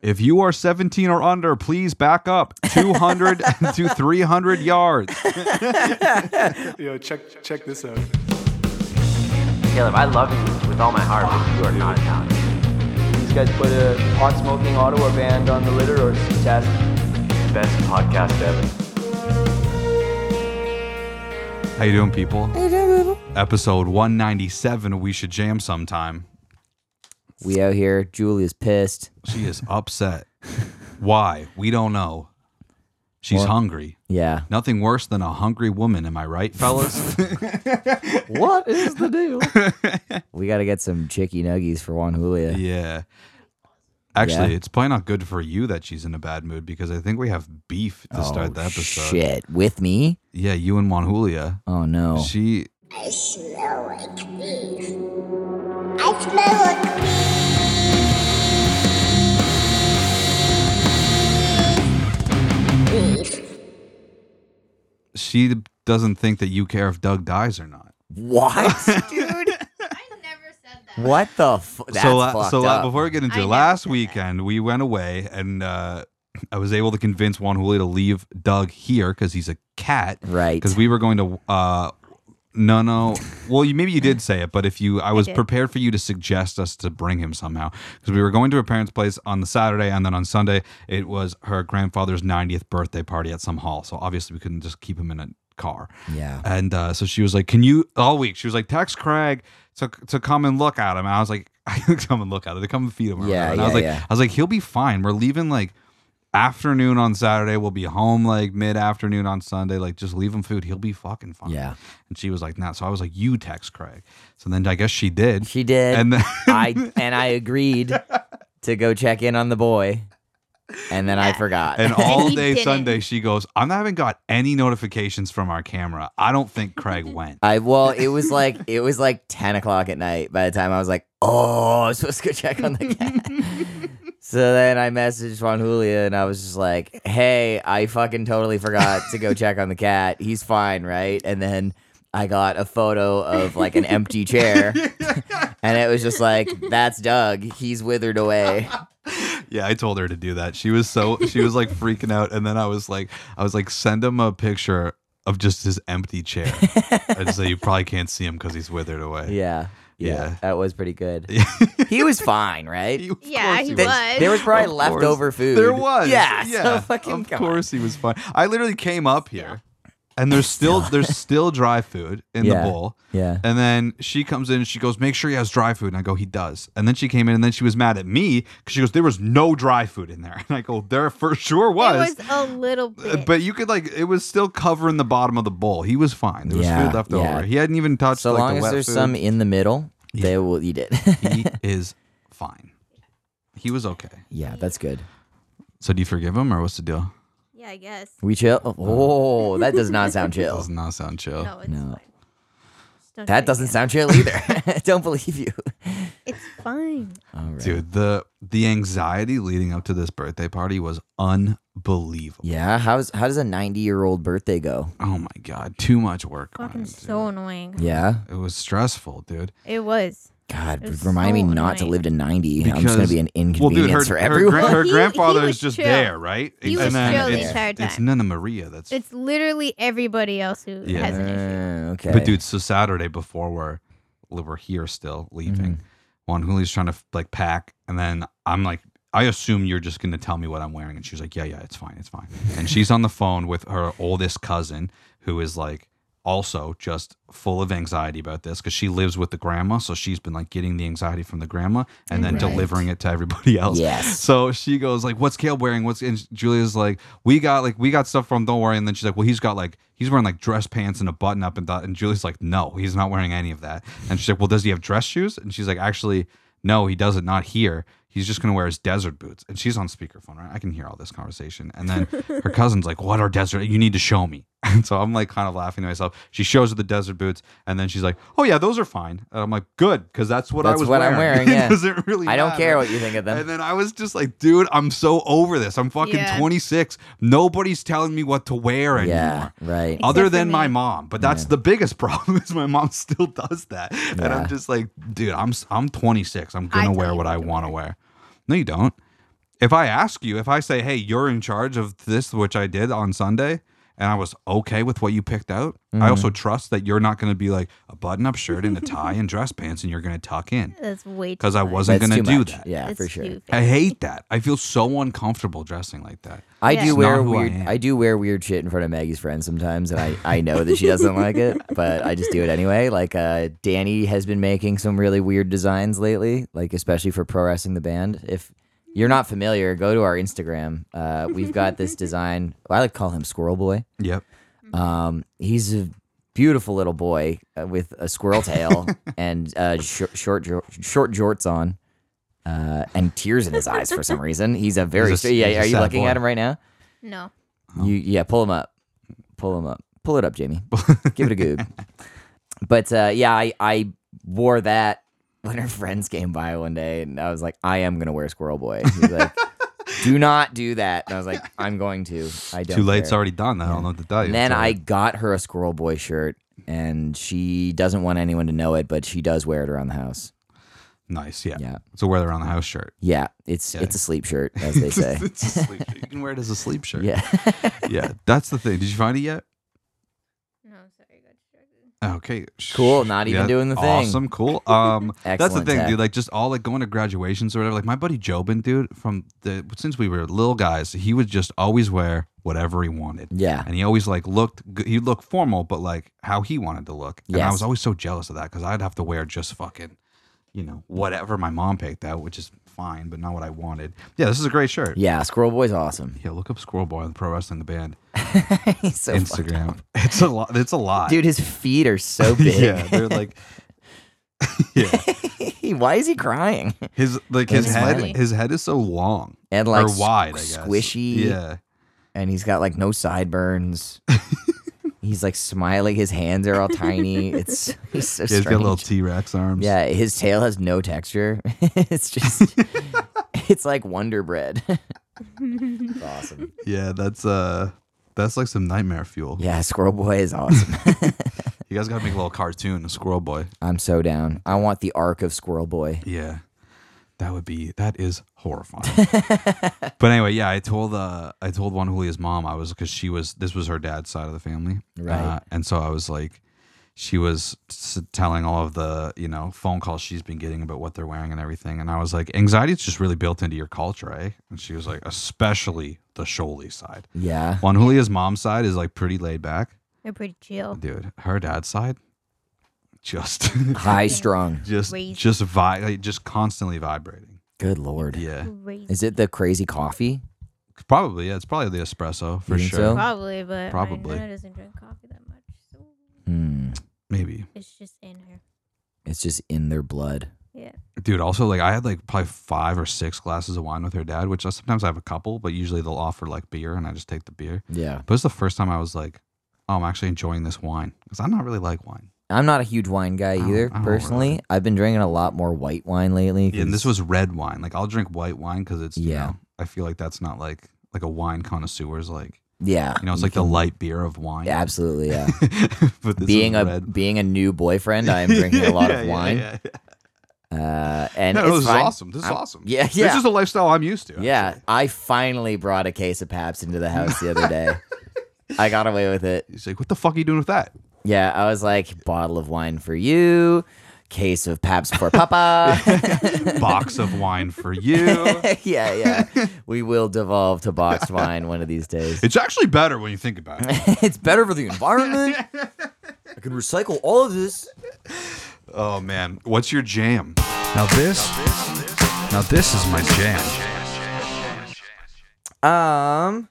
If you are 17 or under, please back up 200 to 300 yards. Yo, check check this out. Caleb, I love you with all my heart, but you are not Italian. These guys put a pot smoking Ottawa band on the litter or test. Best podcast ever. How you doing, people? Episode 197. We should jam sometime. We out here. Julia's pissed. She is upset. Why? We don't know. She's hungry. Yeah. Nothing worse than a hungry woman, am I right, fellas? What is the deal? we got to get some chicky nuggies for Juan Julia. yeah. Actually, Yeah. it's probably not good for you that she's in a bad mood because I think we have beef Oh, to start the episode. Shit. With me? Yeah, you and Juan Julia. Oh, no. She I smell like beef. I smell like beef. she doesn't think that you care if Doug dies or not. what? I never said that. what the fu- That's so la- fucked so la- up. before we get into I it, never last said that. weekend we went away and uh, I was able to convince Juan Julio to leave Doug here because he's a cat. Right. Because we were going to. Uh, no, no. Well, you, maybe you did say it, but if you, I was did. prepared for you to suggest us to bring him somehow because we were going to her parents' place on the Saturday, and then on Sunday it was her grandfather's 90th birthday party at some hall. So obviously we couldn't just keep him in a car. yeah. And uh, so she was like, "Can you?" All week she was like, "Text Craig to to come and look at him." And I was like, "I come and look at him. To come and feed him." or Yeah, whatever." and I yeah, was like, yeah. "I was like, he'll be fine. We're leaving like afternoon on Saturday. We'll be home like mid afternoon on Sunday. Like, just leave him food. He'll be fucking fine." Yeah. And she was like, "Nah." So I was like, "You text Craig." So then I guess she did. She did. And then I and I agreed to go check in on the boy. And then I forgot. and all he day didn't. Sunday she goes, "I haven't got any notifications from our camera. I don't think Craig went." I well, it was like it was like ten o'clock at night by the time I was like, oh, I'm supposed to go check on the cat. so then I messaged Juan Julia and I was just like, hey, I fucking totally forgot to go check on the cat. He's fine, right? And then I got a photo of like an empty chair, and it was just like, that's Doug. He's withered away. Yeah, I told her to do that. She was so she was like freaking out, and then I was like, I was like, send him a picture of just his empty chair, and so you probably can't see him because he's withered away. Yeah, yeah, Yeah. that was pretty good. he was fine, right? He- of Yeah, course he Th- was. There was probably Of course. leftover food. There was, yeah, yeah. So fucking of come on. course, he was fine. I literally came up here, and there's still there's still dry food in Yeah. the bowl. Yeah. And then she comes in and she goes, Make sure he has dry food. And I go, He does. And then she came in and then she was mad at me because she goes, There was no dry food in there. And I go, There for sure It was a little Uh, bit. But you could like it was still covering the bottom of the bowl. He was fine. There was Yeah, food left yeah. over. He hadn't even touched. So like, long the as wet there's food. some in the middle, they will eat it. he is fine. He was okay. yeah, that's good. So do you forgive him or what's the deal? yeah, I guess. We chill. Oh, that does not sound chill. Does not sound chill. No, it's No. fine. Just don't That do it doesn't again. sound chill either. I Don't believe you. It's fine. All right. Dude, the the anxiety leading up to this birthday party was unbelievable. Yeah. How's how does a 90 year old birthday go? Oh my god, too much work. on Fucking it, so annoying. Yeah. dude. It was stressful, dude. It was. God, It's remind me so not to annoying. live to 90. I'm just gonna Because- be an Well, dude, her, inconvenience for her gran- everyone. her He- he grandfather was is just chill. there, right? He and was then chill the it's, entire it's time. Nana Maria that's It's literally everybody else who Yeah. has an issue. Uh, okay. But dude, so Saturday before we're we're here still leaving, Juan Julio's trying to like pack, and then I'm like, I assume you're just gonna tell me what I'm wearing, and she's like, Yeah, yeah, it's fine, it's fine. and she's on the phone with her oldest cousin, who is like also just full of anxiety about this because she lives with the grandma, so she's been like getting the anxiety from the grandma and then Right. delivering it to everybody else. Yes. So she goes like, "What's Caleb wearing?" What's and Julia's like, "We got like we got stuff from. Don't worry." And then she's like, "Well, he's got like he's wearing like dress pants and a button up and that." And Julia's like, "No, he's not wearing any of that." And she's like, "Well, does he have dress shoes?" And she's like, "Actually, no, he doesn't. Not here. He's just gonna wear his desert boots." And she's on speakerphone, right? I can hear all this conversation. And then her cousin's like, "What are desert? You need to show me." And so I'm like kind of laughing to myself. She shows her the desert boots, and then she's like, "Oh yeah, those are fine." And I'm like, "Good," because that's what I That's was what I'm wearing, It yeah. doesn't really. I don't matter. care what you think of them. And then I was just like, dude, I'm so over this. I'm fucking Yeah. 26. Nobody's telling me what to wear anymore. yeah. Right. Other Except for than my me. mom, but that's the biggest problem is my mom still does that, and I'm just like, dude, I'm s- I'm 26. I'm gonna tell wear you what what I to want to wear. No, you don't. if I ask you, if I say, "Hey, you're in charge of this," which I did on Sunday, and I was okay with what you picked out, I also Mm-hmm. trust that you're not going to be like a button-up shirt and a tie and dress pants, and you're going to tuck in That's way too because I much. wasn't That's going to too do much. that. Yeah, That's for sure. stupid. I hate that. I feel so uncomfortable dressing like that. I Yeah. do It's wear not who I weird. am. I, do wear weird shit in front of Maggie's friends sometimes, and I, I know that she doesn't like it, but I just do it anyway. Like uh, Danny has been making some really weird designs lately, like especially for pro wrestling the band. If you're not familiar, go to our Instagram. Uh, we've got this design. I like to call him Squirrel Boy. Yep. Um, he's a beautiful little boy uh, with a squirrel tail and uh, shor- short jor- short jorts on, uh, and tears in his eyes for some reason. He's a very He's a- he's yeah. a Are you sad looking boy. at him right now? No. You yeah, pull him up, pull him up, pull it up, Jamie. Give it a goog. But uh, yeah, I I wore that when her friends came by one day, and I was like, I am gonna wear Squirrel Boy. He's like, Do not do that. And I was like, I'm going to. I don't. Too late. care." It's already done. I don't know what to tell you. And then It's I already- got her a Squirrel Boy shirt, and she doesn't want anyone to know it, but she does wear it around the house. nice. Yeah. Yeah. It's a wear around the house shirt. Yeah, it's it's a sleep shirt, as they say. it's a sleep shirt. You can wear it as a sleep shirt. yeah. Yeah. That's the thing. Did you find it yet? No, I'm sorry. I got distracted. Okay. Cool, not even doing the thing. Awesome. Cool. Um, that's the Excellent thing, tech. dude. Like just all like going to graduations or whatever. Like my buddy Jobin, dude, from the since we were little guys, he would just always wear whatever he wanted. Yeah. And he always like looked. good- He looked formal, but like how he wanted to look. And I Yes. was always so jealous of that because I'd have to wear just fucking, you know, whatever my mom picked out, which is fine, but not what I wanted. Yeah, this is a great shirt. Yeah. Yeah, Squirrel Boy's awesome. look up Squirrel Boy on Pro Wrestling the Band He's so fucked Instagram. up. It's a lot. It's a lot, Dude, his feet are so big. yeah, they're like, yeah. Why is he crying? His like his He's head smiling. his head is so long And like or wide, I s- guess. squishy. Yeah. And he's got like no sideburns. he's like smiling. His hands are all tiny. It's he's so yeah he's strange. got little T Rex arms. yeah, his tail has no texture. it's just it's like Wonder Bread. It's awesome. Yeah, that's uh that's like some nightmare fuel. Yeah, Squirrel Boy is awesome. You guys gotta make a little cartoon, a squirrel boy. I'm so down. I want the arc of Squirrel Boy. Yeah. That would be that is horrifying. but anyway, yeah, I told uh I told Juan Julia's mom I was because she was this was her dad's side of the family. Right. Uh, and so I was like she was s- telling all of the you know phone calls she's been getting about what they're wearing and everything and i was like anxiety is just really built into your culture eh and she was like especially the sholi side Yeah. juan julia's mom's side is like pretty laid back They're pretty chill. dude her dad's side just High strung. just Crazy. just vi- like, just constantly vibrating Good lord. yeah Crazy. Is it the crazy coffee? probably yeah it's probably the espresso for think sure so? Probably, but Probably. my nana doesn't drink coffee that much, so Hmm. maybe it's just in her. It's just in their blood. Yeah. dude also like i had like probably five or six glasses of wine with her dad which I, sometimes i have a couple but usually they'll offer like beer and i just take the beer Yeah. But it's the first time I was like, oh, I'm actually enjoying this wine because I'm not really like wine. I'm not a huge wine guy don't- I either, don't really. personally. I've been drinking a lot more white wine lately. and this was 'cause- red wine. Like I'll drink white wine because it's yeah. Yeah. I feel like that's not like like a wine connoisseur's like yeah, you know it's like the light beer of wine. absolutely yeah. but this being was a red. being a new boyfriend, I am drinking a lot Yeah, of yeah, wine, Yeah, yeah. Uh, and No, it's this is fine. awesome. This is I'm- awesome. Yeah, This yeah. is the lifestyle I'm used to. Yeah, actually. I finally brought a case of Paps into the house the other day. I got away with it. He's like, what the fuck are you doing with that? Yeah, I was like, bottle of wine for you, case of Paps for Papa. Box of wine for you. yeah, yeah. We will devolve to boxed wine one of these days. It's actually better when you think about it. it's better for the environment. I can recycle all of this. Oh man, what's your jam? Now this, now this is my jam. Um,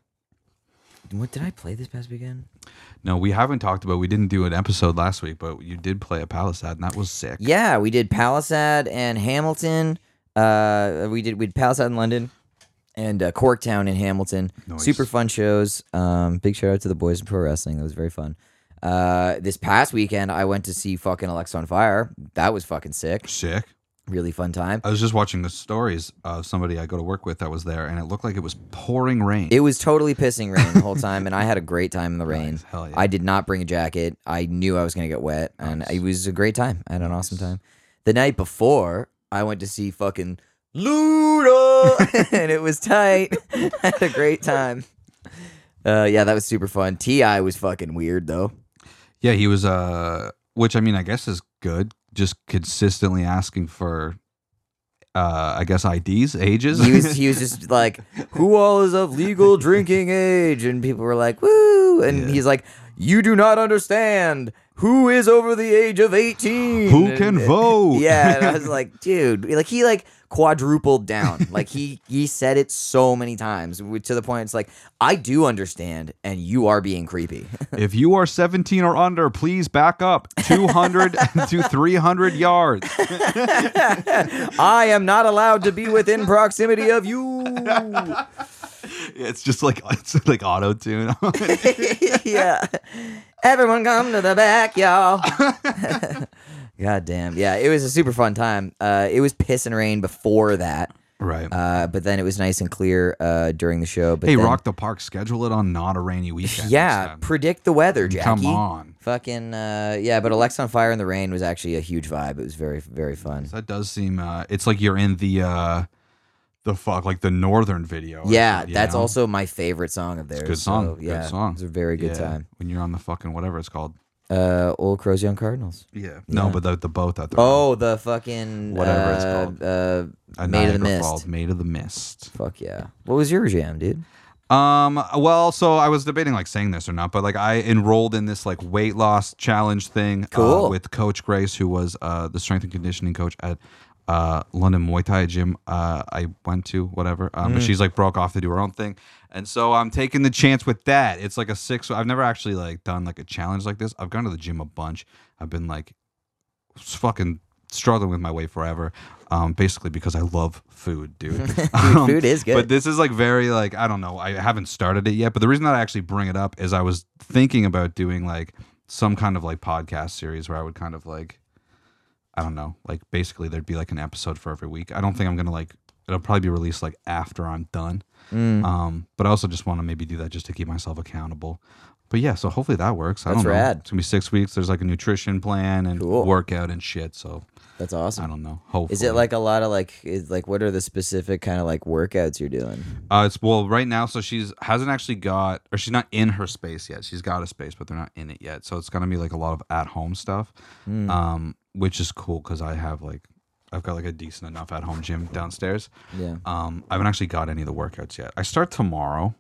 what did I play this past weekend? No, we haven't talked about. We didn't do an episode last week, but you did play a Palisade, and that was sick. Yeah, we did Palisade and Hamilton. Uh, we did we did Palisade in London and uh, Corktown in Hamilton. Nice. Super fun shows. Um, big shout out to the boys in pro wrestling. That was very fun. Uh, this past weekend, I went to see fucking Alexa on Fire. That was fucking sick. Sick. Really fun time. I was just watching the stories of somebody I go to work with that was there, and it looked like it was pouring rain. It was totally pissing rain the whole time, and I had a great time in the rain. Nice. Hell yeah. I did not bring a jacket. I knew I was going to get wet, and it was a great time. I had an awesome time. The night before, I went to see fucking Luda. cool, and it was tight. I had a great time. Uh, yeah, that was super fun. Ti was fucking weird though. Yeah, he was uh which I mean I guess is good. Just consistently asking for uh I guess IDs, ages. He was he was just like, "Who all is of legal drinking age?" And people were like, "Woo!" And Yeah. he's like, "You do not understand. Who is over the age of eighteen? Who can vote? Yeah, and I was like, dude, like he like quadrupled down. Like he he said it so many times w- to the point it's like I do understand, and you are being creepy. if you are 17 or under, please back up 200 to 300 yards. I am not allowed to be within proximity of you. It's just like it's like auto tune. yeah, everyone come to the back, y'all. God damn, yeah, it was a super fun time. Uh, it was piss and rain before that, right. uh, but then it was nice and clear uh, during the show. But hey, then- Rock the Park, schedule it on not a rainy weekend. next Yeah, time. predict the weather, Jackie. Come on. Fucking uh, yeah, but Alexa on Fire in the Rain was actually a huge vibe. It was very very fun. That does seem uh it's like you're in the uh the fuck like the northern video. or Yeah, shit, you that's know? also my favorite song of theirs. good song. so, good yeah, song. It was a very good Yeah, time. When you're on the fucking whatever it's called. Uh, Old Crows Young Cardinals. Yeah. No, but the the boat that they're on. Oh, the fucking Whatever uh, it's called. Uh, A Made of Niagara the Mist. Falls, Made of the Mist. Fuck yeah. What was your jam, dude? Um. Well, so I was debating like saying this or not, but like I enrolled in this like weight loss challenge thing. uh, Cool. with Coach Grace, who was uh the strength and conditioning coach at. Uh, London Muay Thai gym. Uh, I went to whatever, um, Mm. but she's like broke off to do her own thing, and so I'm taking the chance with that. It's like a six. I've never actually like done like a challenge like this. I've gone to the gym a bunch. I've been like s- fucking struggling with my weight forever. Um, basically because I love food, dude. Um, food is good. But this is like very like I don't know. I haven't started it yet. But the reason that I actually bring it up is I was thinking about doing like some kind of like podcast series where I would kind of like I don't know, like basically there'd be like an episode for every week. I don't think I'm gonna like it'll probably be released like after I'm done. Mm. Um, but I also just want to maybe do that just to keep myself accountable. But yeah, so hopefully that works. I That's don't know. rad. It's gonna be six weeks. There's like a nutrition plan and Cool. workout and shit. So That's I awesome. don't know. Hopefully, Is it like a lot of like is like what are the specific kind of like workouts you're doing? Uh, it's well right now. So she's hasn't actually got, or she's not in her space yet. She's got a space, but they're not in it yet. So it's gonna be like a lot of at home stuff, um, which is cool because I have like, I've got like a decent enough at home gym downstairs. Yeah. Um, I haven't actually got any of the workouts yet. I start tomorrow,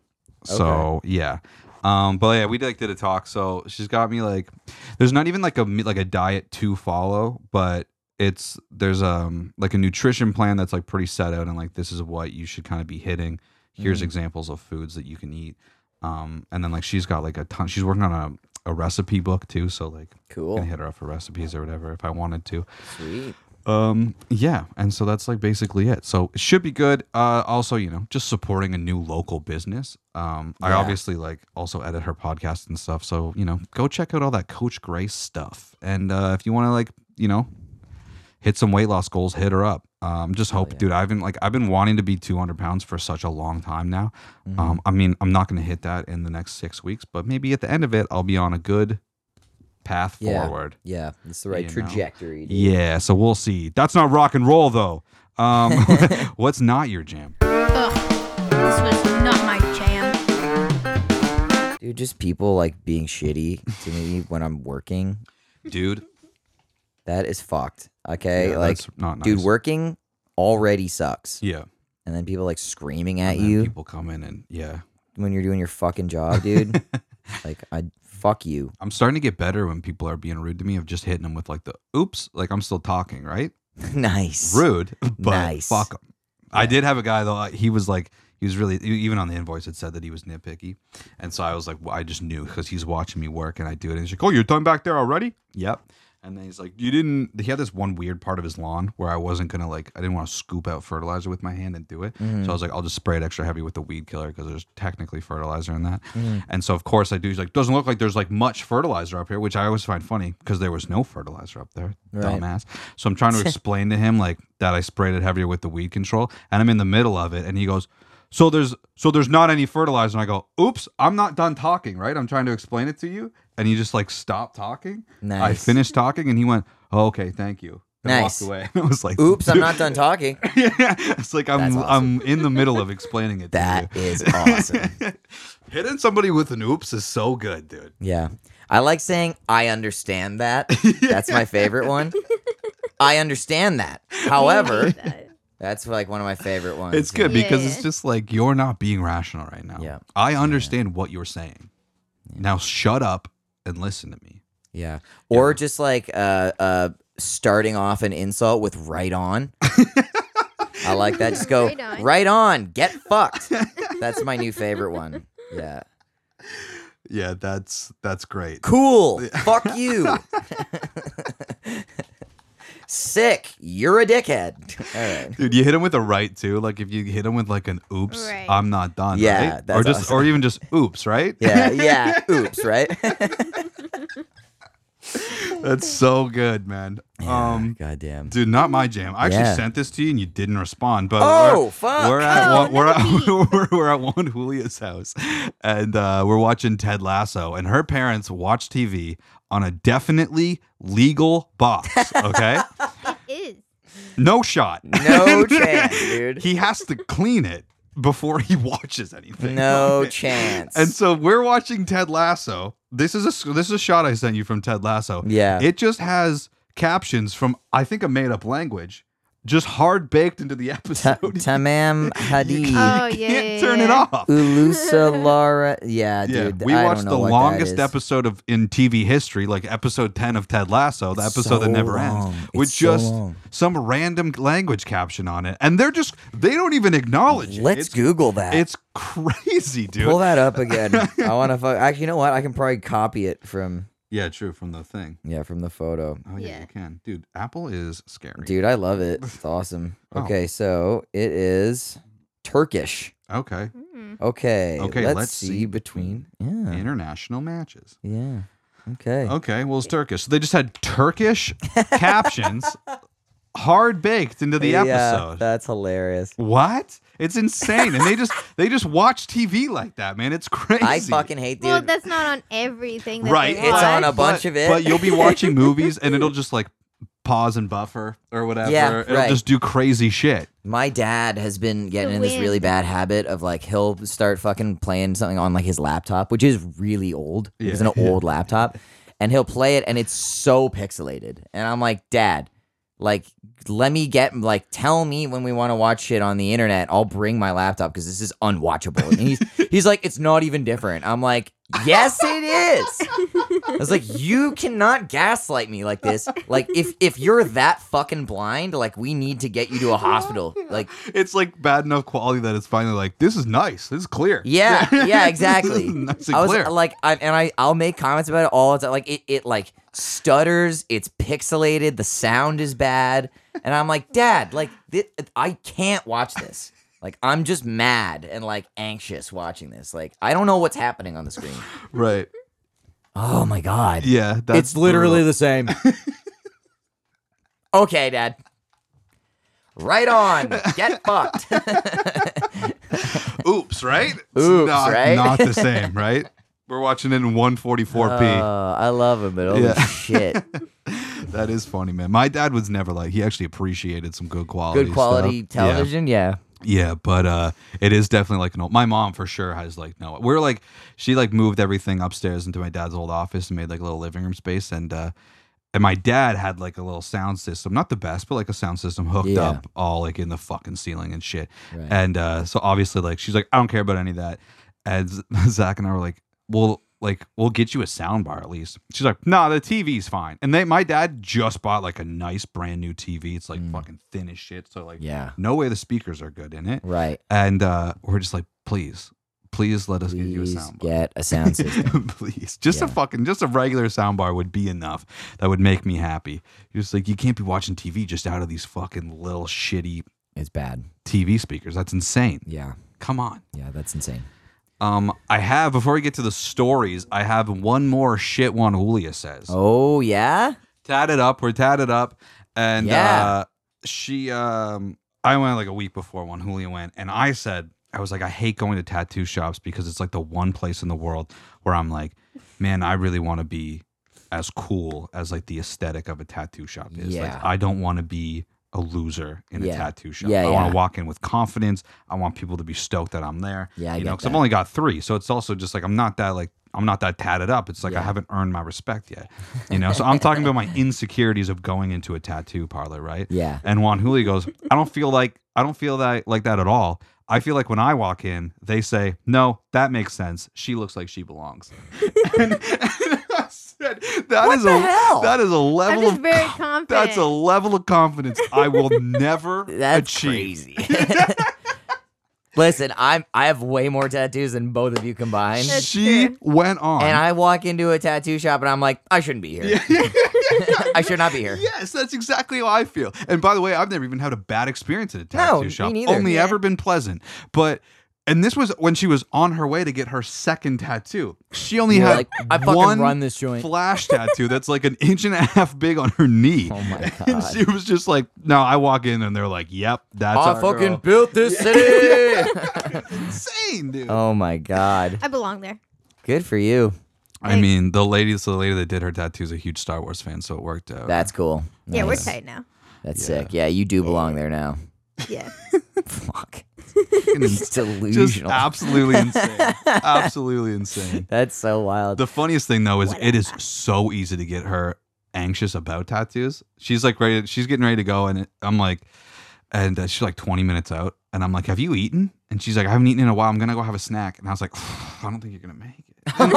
so yeah. Um, but yeah, we like did a talk. So she's got me like, there's not even like a me- like a diet to follow, but it's there's um like a nutrition plan that's like pretty set out and like this is what you should kind of be hitting. Here's examples of foods that you can eat. Um, and then like she's got like a ton. She's working on a a recipe book too. So like, Cool. Can hit her up for recipes or whatever if I wanted to. Sweet. Um, yeah, and so that's like basically it. So it should be good. Uh, also, you know, just supporting a new local business. Um, I Yeah. obviously like also edit her podcast and stuff. So you know, go check out all that Coach Grace stuff. And uh, if you want to like, you know, hit some weight loss goals, hit her up. Um, just hope, dude. I've been like, I've been wanting to be 200 pounds for such a long time now. Mm-hmm. Um, I mean, I'm not gonna hit that in the next six weeks, but maybe at the end of it, I'll be on a good path Yeah. forward. Yeah. It's the right You know. trajectory. dude. Yeah, so we'll see. That's not rock and roll though. Um, what's not your jam? This was not my jam. Dude, just people like being shitty to me when I'm working. Dude, That is fucked. Okay, Yeah, like, that's not dude, nice. working already sucks, yeah. and then people like screaming at And you people come in and yeah. when you're doing your fucking job, dude. like, I fuck you. I'm starting to get better when people are being rude to me of just hitting them with like the oops, like I'm still talking, right? nice. Rude, but Nice. fuck them. I did have a guy though, he was like, he was really, e, even on the invoice, it said that he was nitpicky. And so I was like, well, I just knew because he's watching me work and I do it. And he's like, oh, you're done back there already? Yep. And then he's like, you didn't, he had this one weird part of his lawn where I wasn't going to like, I didn't want to scoop out fertilizer with my hand and do it. Mm-hmm. So I was like, I'll just spray it extra heavy with the weed killer because there's technically fertilizer in that. Mm-hmm. And so, of course, I do. He's like, doesn't look like there's like much fertilizer up here, which I always find funny because there was no fertilizer up there. Right. Dumbass. So I'm trying to explain to him like that I sprayed it heavier with the weed control and I'm in the middle of it. And he goes, so there's so there's not any fertilizer and i go oops i'm not done talking right i'm trying to explain it to you and he just like stopped talking i Nice. finished talking and he went oh, okay thank you and Nice. walked away. And I was like, Oops, I'm not done talking. yeah, it's like I'm That's I'm awesome. in the middle of explaining it. That to is awesome. you. hitting somebody with an oops is so good, dude. Yeah. I like saying I understand that. That's my favorite one. I understand that. However, that's like one of my favorite ones. It's good Yeah, because yeah. it's just like you're not being rational right now. Yeah. I understand what you're saying. Now shut up and listen to me. Yeah. Or just like uh uh starting off an insult with right on. I like that. Just go Right on. right on. Get fucked. That's my new favorite one. Yeah. Yeah, that's that's great. Cool. Fuck you. Sick. You're a dickhead. All right. Dude, you hit him with a right too. Like if you hit him with like an oops, Right. I'm not done. Yeah, right? that's or just awesome. or even just oops, right? Yeah, yeah. Oops, right? that's so good, man. Um, God damn. Dude, not my jam. I actually Yeah. sent this to you and you didn't respond. But Oh, we're, fuck. We're at, Oh, one, we're, no. at we're, we're at Juan Julia's house, and uh, we're watching Ted Lasso, and her parents watch TV on a definitely legal box. Okay, Is. no shot, No chance, dude. He has to clean it before he watches anything. No chance. And so we're watching Ted Lasso. This is a s- this is a shot I sent you from Ted Lasso. Yeah. It just has captions from I think a made up language, just hard baked into the Ta- episode. Tamam You Hadi. Oh, can't, you yeah, can't yeah, turn it yeah. off. Ulusa Lara. Yeah, Yeah, dude. we I watched don't the know what that longest is. episode of in TV history, like episode ten of Ted Lasso, the It's episode that so never long. ends, with It's so just long. some random language caption on it, and they're just they don't even acknowledge it. Let's it's, Google that. It's crazy, dude. Pull that up again. I want to fuck. Actually, you know what? I can probably copy it from yeah, true. From the thing. yeah from the photo. Oh yeah, Yeah. you can, dude. Apple is scary. Dude, I love it. It's awesome. Oh. Okay, so it is Turkish. Okay, Okay. Okay, Let's, let's see, see between. Yeah. international matches. yeah. Okay. Okay, well it's Turkish. So they just had Turkish captions, hard baked into the Yeah, episode. that's hilarious. What? It's insane. And they just they just watch TV like that, man. It's crazy. I fucking hate dude. Well, that's not on everything. That right. They It's watch. on a bunch but- of it. But you'll be watching movies and it'll just like pause and buffer or whatever. Yeah, it'll right. just do crazy shit. My dad has been getting The in this really wind. bad habit of like he'll start fucking playing something on like his laptop, which is really old. It's Yeah. an old laptop, and he'll play it, and it's so pixelated. And I'm like, Dad, like let me get like tell me when we want to watch shit on the internet. I'll bring my laptop because this is unwatchable. And he's he's like, it's not even different. I'm like, yes, it is. I was like, you cannot gaslight me like this. Like, if if you're that fucking blind, like we need to get you to a hospital. Like, It's like bad enough quality that it's finally like, this is nice. This is clear. yeah, yeah, exactly. nice and I was clear. like, I and I I'll make comments about it all the time. Like it it like stutters. It's pixelated. The sound is bad. And I'm like, Dad, like thi- I can't watch this. Like I'm just mad and like anxious watching this. Like I don't know what's happening on the screen. right. Oh my god. Yeah. That's it's literally brutal. the same. okay, Dad. Right on. Get fucked. oops, right? It's Oops, not, right? Not the same, right? We're watching it in 144p. Oh, I love him, but holy Yeah. shit. That is funny, man. My dad was never like he actually appreciated some good quality, Good quality stuff. Yeah. television, yeah. Yeah, but uh, it is definitely like an old. My mom for sure has like no. We're like she like moved everything upstairs into my dad's old office and made like a little living room space and uh, and my dad had like a little sound system, not the best, but like a sound system hooked Yeah. up all like in the fucking ceiling and shit. Right. And uh, so obviously like she's like I don't care about any of that. And Z- Zach and I were like, well, like we'll get you a sound bar at least. She's like, nah, the TV's fine. And they, my dad just bought like a nice brand new TV. It's like fucking thin as shit. So like, Mm. Yeah. no way the speakers are good in it. Right. And uh, we're just like, please, please let us get you a Please sound bar. get a sound system. please just a Yeah. fucking just a regular soundbar would be enough that would make me happy you're just like you can't be watching tv just out of these fucking little shitty It's bad. tv speakers that's insane Yeah. come on Yeah, that's insane. um i have before we get to the stories i have one more shit juan julia says Oh yeah? tatted up we're tatted up and Yeah. uh she um i went like a week before when julia went and i said i was like i hate going to tattoo shops because it's like the one place in the world where i'm like man i really want to be as cool as like the aesthetic of a tattoo shop is. Yeah. Like I don't want to be a loser in a Yeah. tattoo shop. Yeah, I want yeah. to walk in with confidence. I want people to be stoked that I'm there. Yeah, I you know, get because I've that. only got three, so it's also just like I'm not that like I'm not that tatted up. It's like I Yeah. haven't earned my respect yet. You know, so I'm talking about my insecurities of going into a tattoo parlor, right? Yeah. And Juan Julio goes, I don't feel like I don't feel that like that at all. I feel like when I walk in, they say, No, that makes sense. She looks like she belongs. and, and I said, "That What is the a hell?" that is a I'm level just of very co- confident. that's a level of confidence I will never That's achieve. crazy. Listen, I'm I have way more tattoos than both of you combined. That's She true. went on. And I walk into a tattoo shop and I'm like, I shouldn't be here. I should not be here. Yes, that's exactly how I feel. And by the way, I've never even had a bad experience at a No, tattoo me shop. neither. Only Yeah. ever been pleasant. But and this was when she was on her way to get her second tattoo. She only You were had like, "I fucking one run this joint." flash tattoo that's like an inch and a half big on her knee. Oh my And God. she was just like, "No, I walk in and they're like, "Yep, that's I our fucking girl." built this city. insane, dude." oh my god. I belong there. Good for you. I mean, the lady, so the lady that did her tattoo is a huge Star Wars fan, so it worked out. That's cool. Yeah, we're Nice. tight now. That's sick. Yeah, you Oh, do belong there now. Yeah. Fuck. Fucking It's ins- just delusional. absolutely insane, absolutely insane. That's so wild. The funniest thing though is it is so easy to get her anxious about tattoos. She's like ready. She's getting ready to go, and it, I'm like, and uh, she's like 20 minutes out, and I'm like, "Have you eaten?" And she's like, "I haven't eaten in a while. I'm gonna go have a snack." And I was like, "I don't think you're gonna make it." and,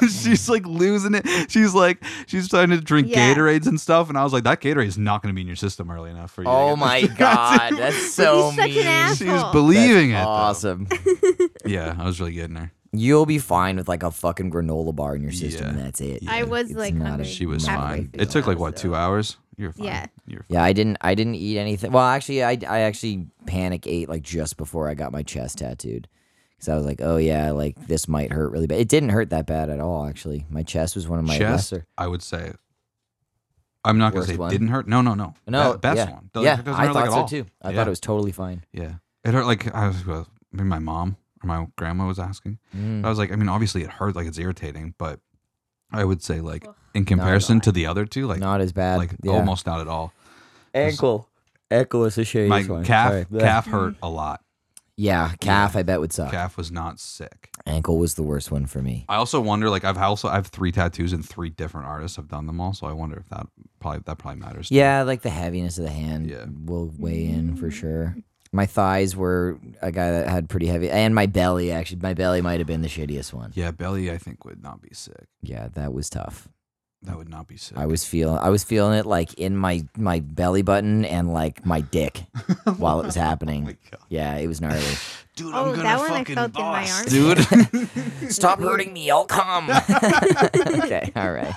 she- and she's like losing it. She's like, she's starting to drink Yeah. Gatorades and stuff. And I was like, "That Gatorade is not gonna be in your system early enough for you." to oh get my this god. tattoo." That's so He's such an mean. ass. She's asshole. believing That's it. though. Awesome. Yeah, I was really getting her. You'll be fine with like a fucking granola bar in your system. Yeah. and That's it. I was It's like not a- hungry. She was halfway fine. through It took like that, what so- two hours? You're fine. Yeah. You're fine. Yeah, I didn't. I didn't eat anything. Well, actually, I I actually panic ate like just before I got my chest tattooed because I was like, oh yeah, like this might hurt really bad. It didn't hurt that bad at all. Actually, my chest was one of my chest, lesser. I would say. I'm not gonna Worst say it one? didn't hurt. No, no, no. No, Be- best yeah. one. yeah, it doesn't hurt, I thought like, at so all. too. I yeah. thought it was totally fine. Yeah, it hurt like I was well, maybe my mom or my grandma was asking. Mm. Hmm. I was like, I mean, obviously it hurt, like it's irritating, but I would say like in comparison to the other two, like Not as bad. like yeah. almost not at all. ankle. Ankle is a shade. My is fine. calf, Sorry. Blech. calf hurt a lot. Yeah, calf. I bet would suck. Calf was not sick. Ankle was the worst one for me. I also wonder, like I've also I have three tattoos and three different artists have done them all, so I wonder if that probably that probably matters. too. Yeah, like the heaviness of the hand Yeah. will weigh in for sure. My thighs were a guy that had pretty heavy, and my belly actually. My belly might have been the shittiest one. yeah, belly I think would not be sick. Yeah, that was tough. That would not be sick. I was feeling, I was feeling it like in my my belly button and like my dick while it was happening. Yeah, it was gnarly. Oh dude, Oh, that one I felt in my arm. dude. Stop hurting me! I'll come. okay, all right.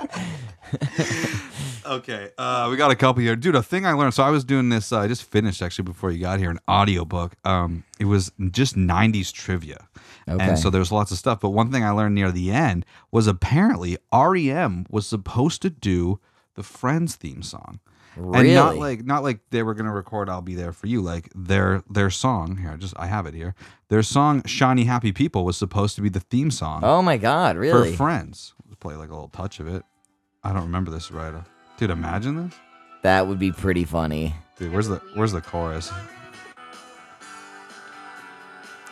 okay, uh, we got a couple here, dude. A thing I learned. So I was doing this. Uh, I just finished actually before you got here an audiobook. Um, it was just '90s trivia, Okay. and so there's lots of stuff. But one thing I learned near the end was apparently REM was supposed to do the Friends theme song. And not Really? like not like they were gonna record "I'll Be There for You." Like their their song here, just I have it here. Their song "Shiny Happy People" was supposed to be the theme song Oh my God! Really? for Friends. Let's play like a little touch of it. I don't remember this right. off. Dude, imagine this. that would be pretty funny. Dude, where's the where's the chorus?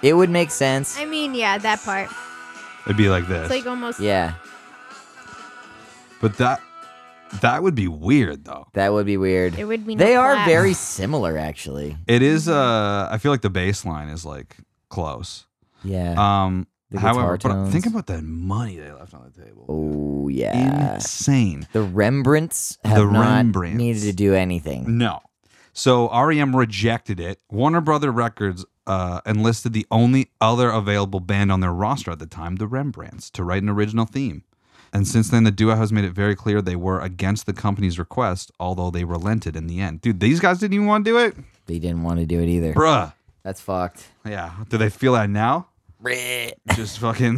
It would make sense. I mean, yeah, that part. It'd be like this. It's like almost. Yeah, but that that would be weird though. that would be weird. It would mean They a are clap. very similar, actually. It Mm-hmm. is uh I feel like the bass line is like close. Yeah. Um The however, guitar but think tones. about that money they left on the table. oh yeah. Insane. the Rembrandts have The not Rembrandts. Mm. needed to do anything. No. So REM rejected it. Warner Brother Records uh, enlisted the only other available band on their roster at the time, the Rembrandts, to write an original theme. And since then, the duo has made it very clear they were against the company's request, although they relented in the end. Dude, these guys didn't even want to do it? They didn't want to do it either. Bruh. That's fucked. Yeah. Do they feel that now? Just fucking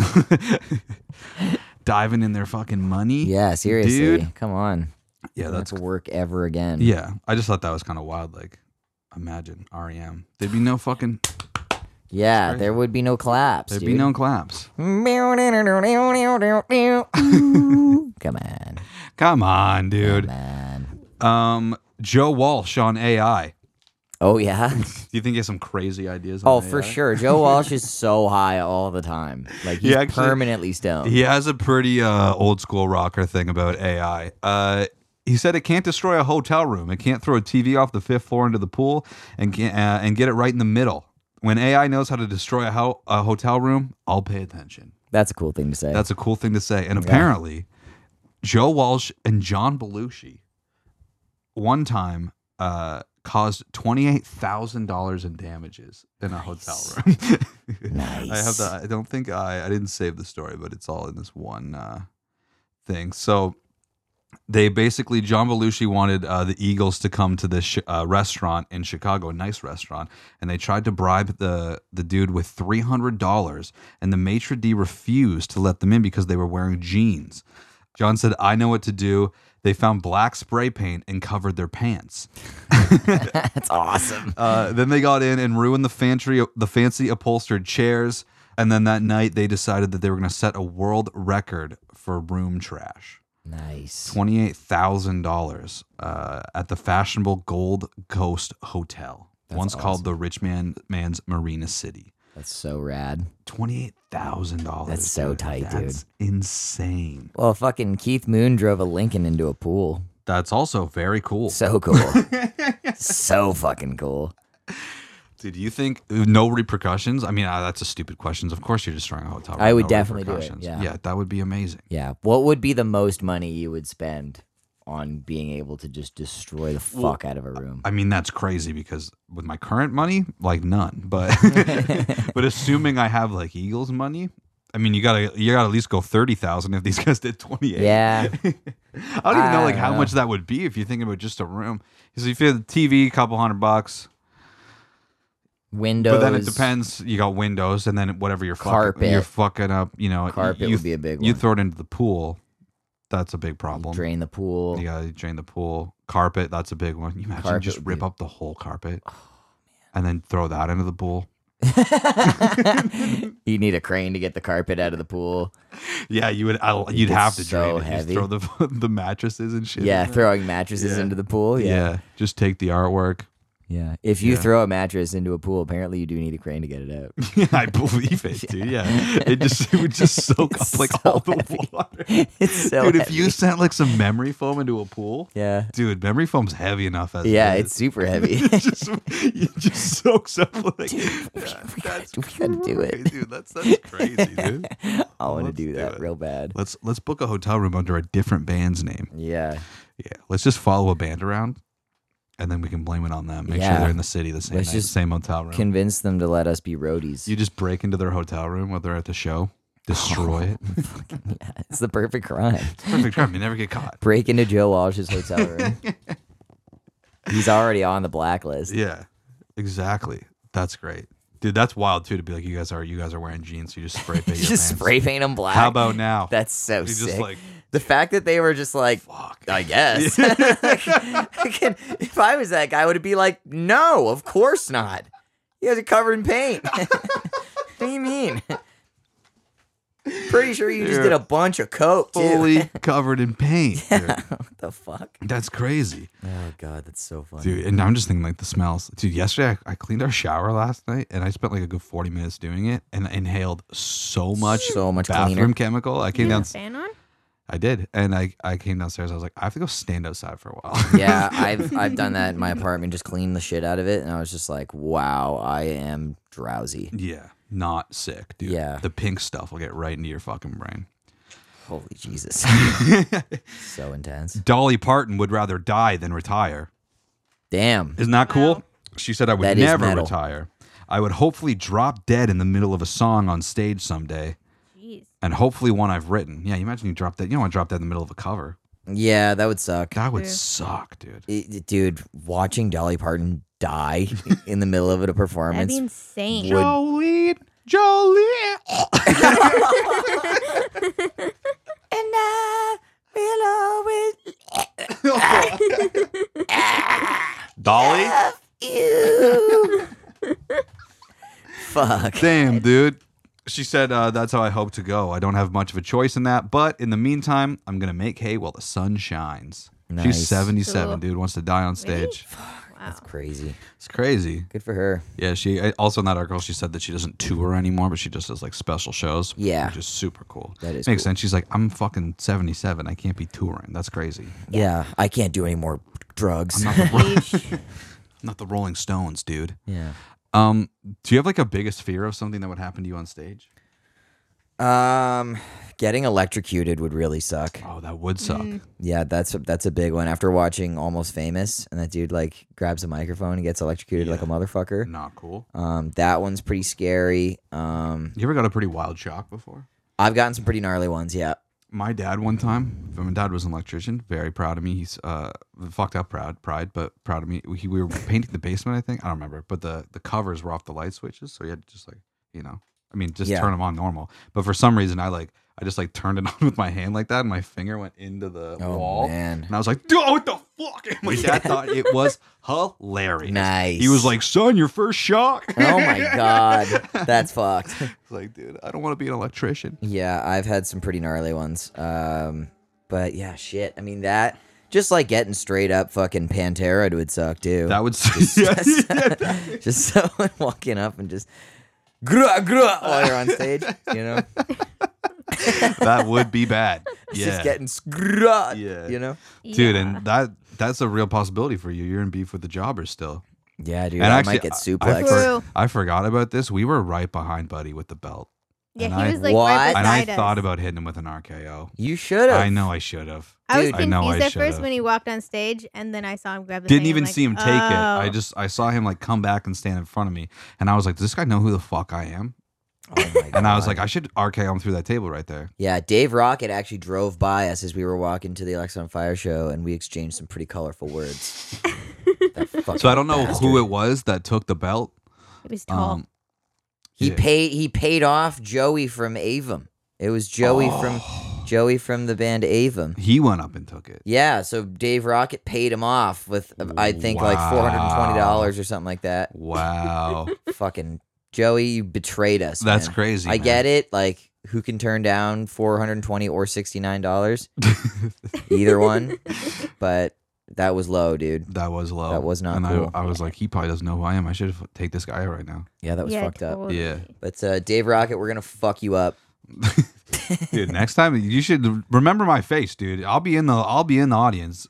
diving in their fucking money? Yeah, seriously. Dude. Come on. Yeah, That's that's. to work ever again. E Yeah. I just thought that was kind of wild. Like, imagine REM. There'd be no fucking. Yeah, there would be no collapse. There'd dude. be no claps. Come on, Come on, dude. man. Um, Joe Walsh on AI. Oh yeah. Do you think he has some crazy ideas? on Oh, for AI? sure. Joe Walsh is so high all the time. Like He he's actually- permanently stoned. He has a pretty uh, old school rocker thing about AI. Uh, he said it can't destroy a hotel room. It can't throw a TV off the fifth floor into the pool and can, uh, and get it right in the middle. When AI knows how to destroy a, ho- a hotel room, I'll pay attention. That's a cool thing to say. That's a cool thing to say. And apparently, Joe Walsh and John Belushi one time uh, caused $28,000 in damages in a hotel room. I have Nice. the, I don't think I, I didn't save the story, but it's all in this one uh, thing. So they basically, John Belushi wanted uh, the Eagles to come to this sh- uh, restaurant in Chicago, a nice restaurant, and they tried to bribe the, the dude with $300, and the maitre d' refused to let them in because they were wearing jeans. John said, I know what to do. They found black spray paint and covered their pants. That's awesome. Uh, then they got in and ruined the fancy, the fancy upholstered chairs. And then that night, they decided that they were going to set a world record for room trash Nice. $28,000 uh, at the fashionable Gold Coast Hotel, once called the Rich Man Man's Marina City. That's so rad. $28,000. That's so tight, dude. That's insane. Well, fucking Keith Moon drove a Lincoln into a pool. That's also very cool. So cool. so fucking cool. Did you think uh, no repercussions? I mean, uh, that's a stupid question. Of course, you're destroying a hotel. I room, would no definitely do it, repercussions. yeah. yeah, that would be amazing. Yeah. What would be the most money you would spend on being able to just destroy the fuck out of a room? I mean, that's crazy because with my current money, like none. But but assuming I have like Eagles money, I mean, you gotta you gotta at least go thirty thousand if these guys did twenty eight. yeah. I don't even know I like don't how know. much that would be if you're thinking about just a room. Because if you have the TV, couple hundred bucks, Windows. but then it depends. You got windows, and then whatever you're fucking, Carpet. you're fucking up. You know, Carpet you, would be a big You one. throw it into the pool, that's a big problem. Drain the pool. You gotta drain the pool. Carpet, that's a big one. You imagine Carpet just would be- Oh, rip up the whole carpet and then throw that into the pool. you need a crane to get the carpet out of the pool. Yeah, you would. I, you'd gets have to so drain it. Just heavy. throw the the mattresses and shit. Yeah, in there. throwing mattresses Yeah. into the pool. yeah. Yeah. Just take the artwork. Yeah. If you Yeah. throw a mattress into a pool, apparently you do need a crane to get it out. I believe it, dude. Yeah, it just it would just soak up It's like so all the heavy. water. it's so dude, if you heavy. sent like some memory foam into a pool, Yeah. dude, memory foam's heavy enough as it Yeah, is. it's super heavy. it just it just soaks up like we, Yeah, we gotta, that's we gotta do crazy, it. dude. That's that's crazy, dude. I want to Let's do do that it. real bad. Let's let's book a hotel room under a different band's name. Yeah. Yeah, let's just follow a band around, and then we can blame it on them. Make sure Yeah. they're in the city the same Let's night, just same hotel room. Convince them to let us be roadies. you just break into their hotel room while they're at the show, destroy it. it's the perfect crime. Perfect crime. You never get caught. Break into Joe Walsh's hotel room. He's already on the blacklist. Yeah, exactly. That's great, dude. That's wild too to be like you guys are. You guys are wearing jeans, so you just spray paint. your just pants. spray paint him black. How about now? That's so You sick. just like, the fact that they were just like, fuck. I guess. Fucking- if I was that guy, I would be like, no, of course not. You guys are covered in paint. what do you mean? Pretty sure you just did a bunch of coke too. fully covered in paint. dude. what the fuck? That's crazy. Oh god, that's so funny. dude. And I'm just thinking like the smells, dude. Yesterday I, I cleaned our shower last night, and I spent like a good 40 minutes doing it, and I inhaled so much, So much bathroom cleaner. chemical. I You came have down, a fan on? I did, and I I came downstairs. I was like, I have to go stand outside for a while. Yeah, I've I've done that in my apartment, just cleaned the shit out of it, and I was just like, wow, I am drowsy. yeah, not sick, dude. Yeah. the pink stuff will get right into your fucking brain. Holy Jesus. so intense. Dolly Parton would rather die than retire. Damn. Isn't that cool? She said, I would That is never metal. retire. I would hopefully drop dead in the middle of a song on stage someday. Jeez. and hopefully one I've written. Yeah, you imagine you drop that. You don't want to drop that in the middle of a cover. Yeah, that would suck. That would suck, dude. It- it- dude, watching Dolly Parton die in the middle of a That'd performance. be insane. would- Jolene, Jolene. and I will always Dolly. love you. Fuck. Damn, dude. She said, uh, That's how I hope to go. I don't have much of a choice in that, but in the meantime, I'm going to make hay while the sun shines. She's Nice. 77, Cool. dude, wants to die on stage. That's crazy. It's crazy. Good for her. Yeah, she I- also in that article, she said that she doesn't tour anymore, but she just does like special shows. Yeah. Which is super cool. That is Makes cool. sense. She's like, I'm fucking 77. I can't be touring. That's crazy. Yeah, I can't do any more drugs. I'm not the, not the Rolling Stones, dude. yeah. Um, do you have like a biggest fear of something that would happen to you on stage? Um, getting electrocuted would really suck. Oh, that would suck. Yeah, that's a, that's a big one. After watching Almost Famous, and that dude like grabs a microphone and gets electrocuted like a motherfucker. Not cool. Um, that one's pretty scary. Um, You ever got a pretty wild shock before? I've gotten some pretty gnarly ones. Yeah. My dad one time, my dad was an electrician, very proud of me. He's uh fucked up proud, pride, but proud of me. He, we were painting the basement, I think. I don't remember, but the the covers were off the light switches, so he had to just like, you know, I mean, just Yeah. turn them on normal. But for some reason, I like I just like turned it on with my hand like that, and my finger went into the Oh, wall, man. and I was like, "Dude, what the fuck?" And my dad thought it was hilarious. Nice. He was like, "Son, your first shock." Oh my god, that's fucked. It's like, dude, I don't want to be an electrician. Yeah, I've had some pretty gnarly ones. Um, but yeah, shit. I mean that. Just like getting straight up fucking Pantera would suck too. That would yeah, yeah, just someone walking up and just grua grua while you're on stage, you know, that would be bad. Yeah. just getting Uh, grua, Yeah. you know. dude, and that that's a real possibility for you. You're in beef with the jobbers still. Yeah, dude, and I actually, might get I, suplexed. for- True. I forgot about this. We were right behind Buddy with the belt, Yeah, And he I- was like What? right and I beside us. thought about hitting him with an RKO. you should have. I know I should have. I was Dude. I know confused I at first should've. when he walked on stage, and then I saw him grab the. Didn't thing, I'm even like, see him take it. I "Oh." just I saw him like come back and stand in front of me, and I was like, "Does this guy know who the fuck I am?" Oh my And I was God. like, "I should RKO him through that table right there." yeah, Dave Rocket actually drove by us as we were walking to the Alexa on Fire show, and we exchanged some pretty colorful words. So I don't know who it was that took the belt. It was tall. Um, He Yeah. paid he paid off Joey from Avum. It was Joey from Joey from the band Avum. Oh. He went up and took it. Yeah, so Dave Rocket paid him off with uh, I think like four hundred and twenty dollars or something like that. Wow, Fucking Joey, you betrayed us. that's man. crazy. I get it. Like, who can turn down four hundred and twenty or sixty nine dollars? Either one. But that was low, dude. That was low. That was not and cool. I, I was like, he probably doesn't know who I am. I should f- take this guy right now. Yeah, that was fucked up. totally. Yeah. But uh, Dave Rocket, we're gonna fuck you up. Dude, next time you should remember my face, dude. I'll be in the I'll be in the audience,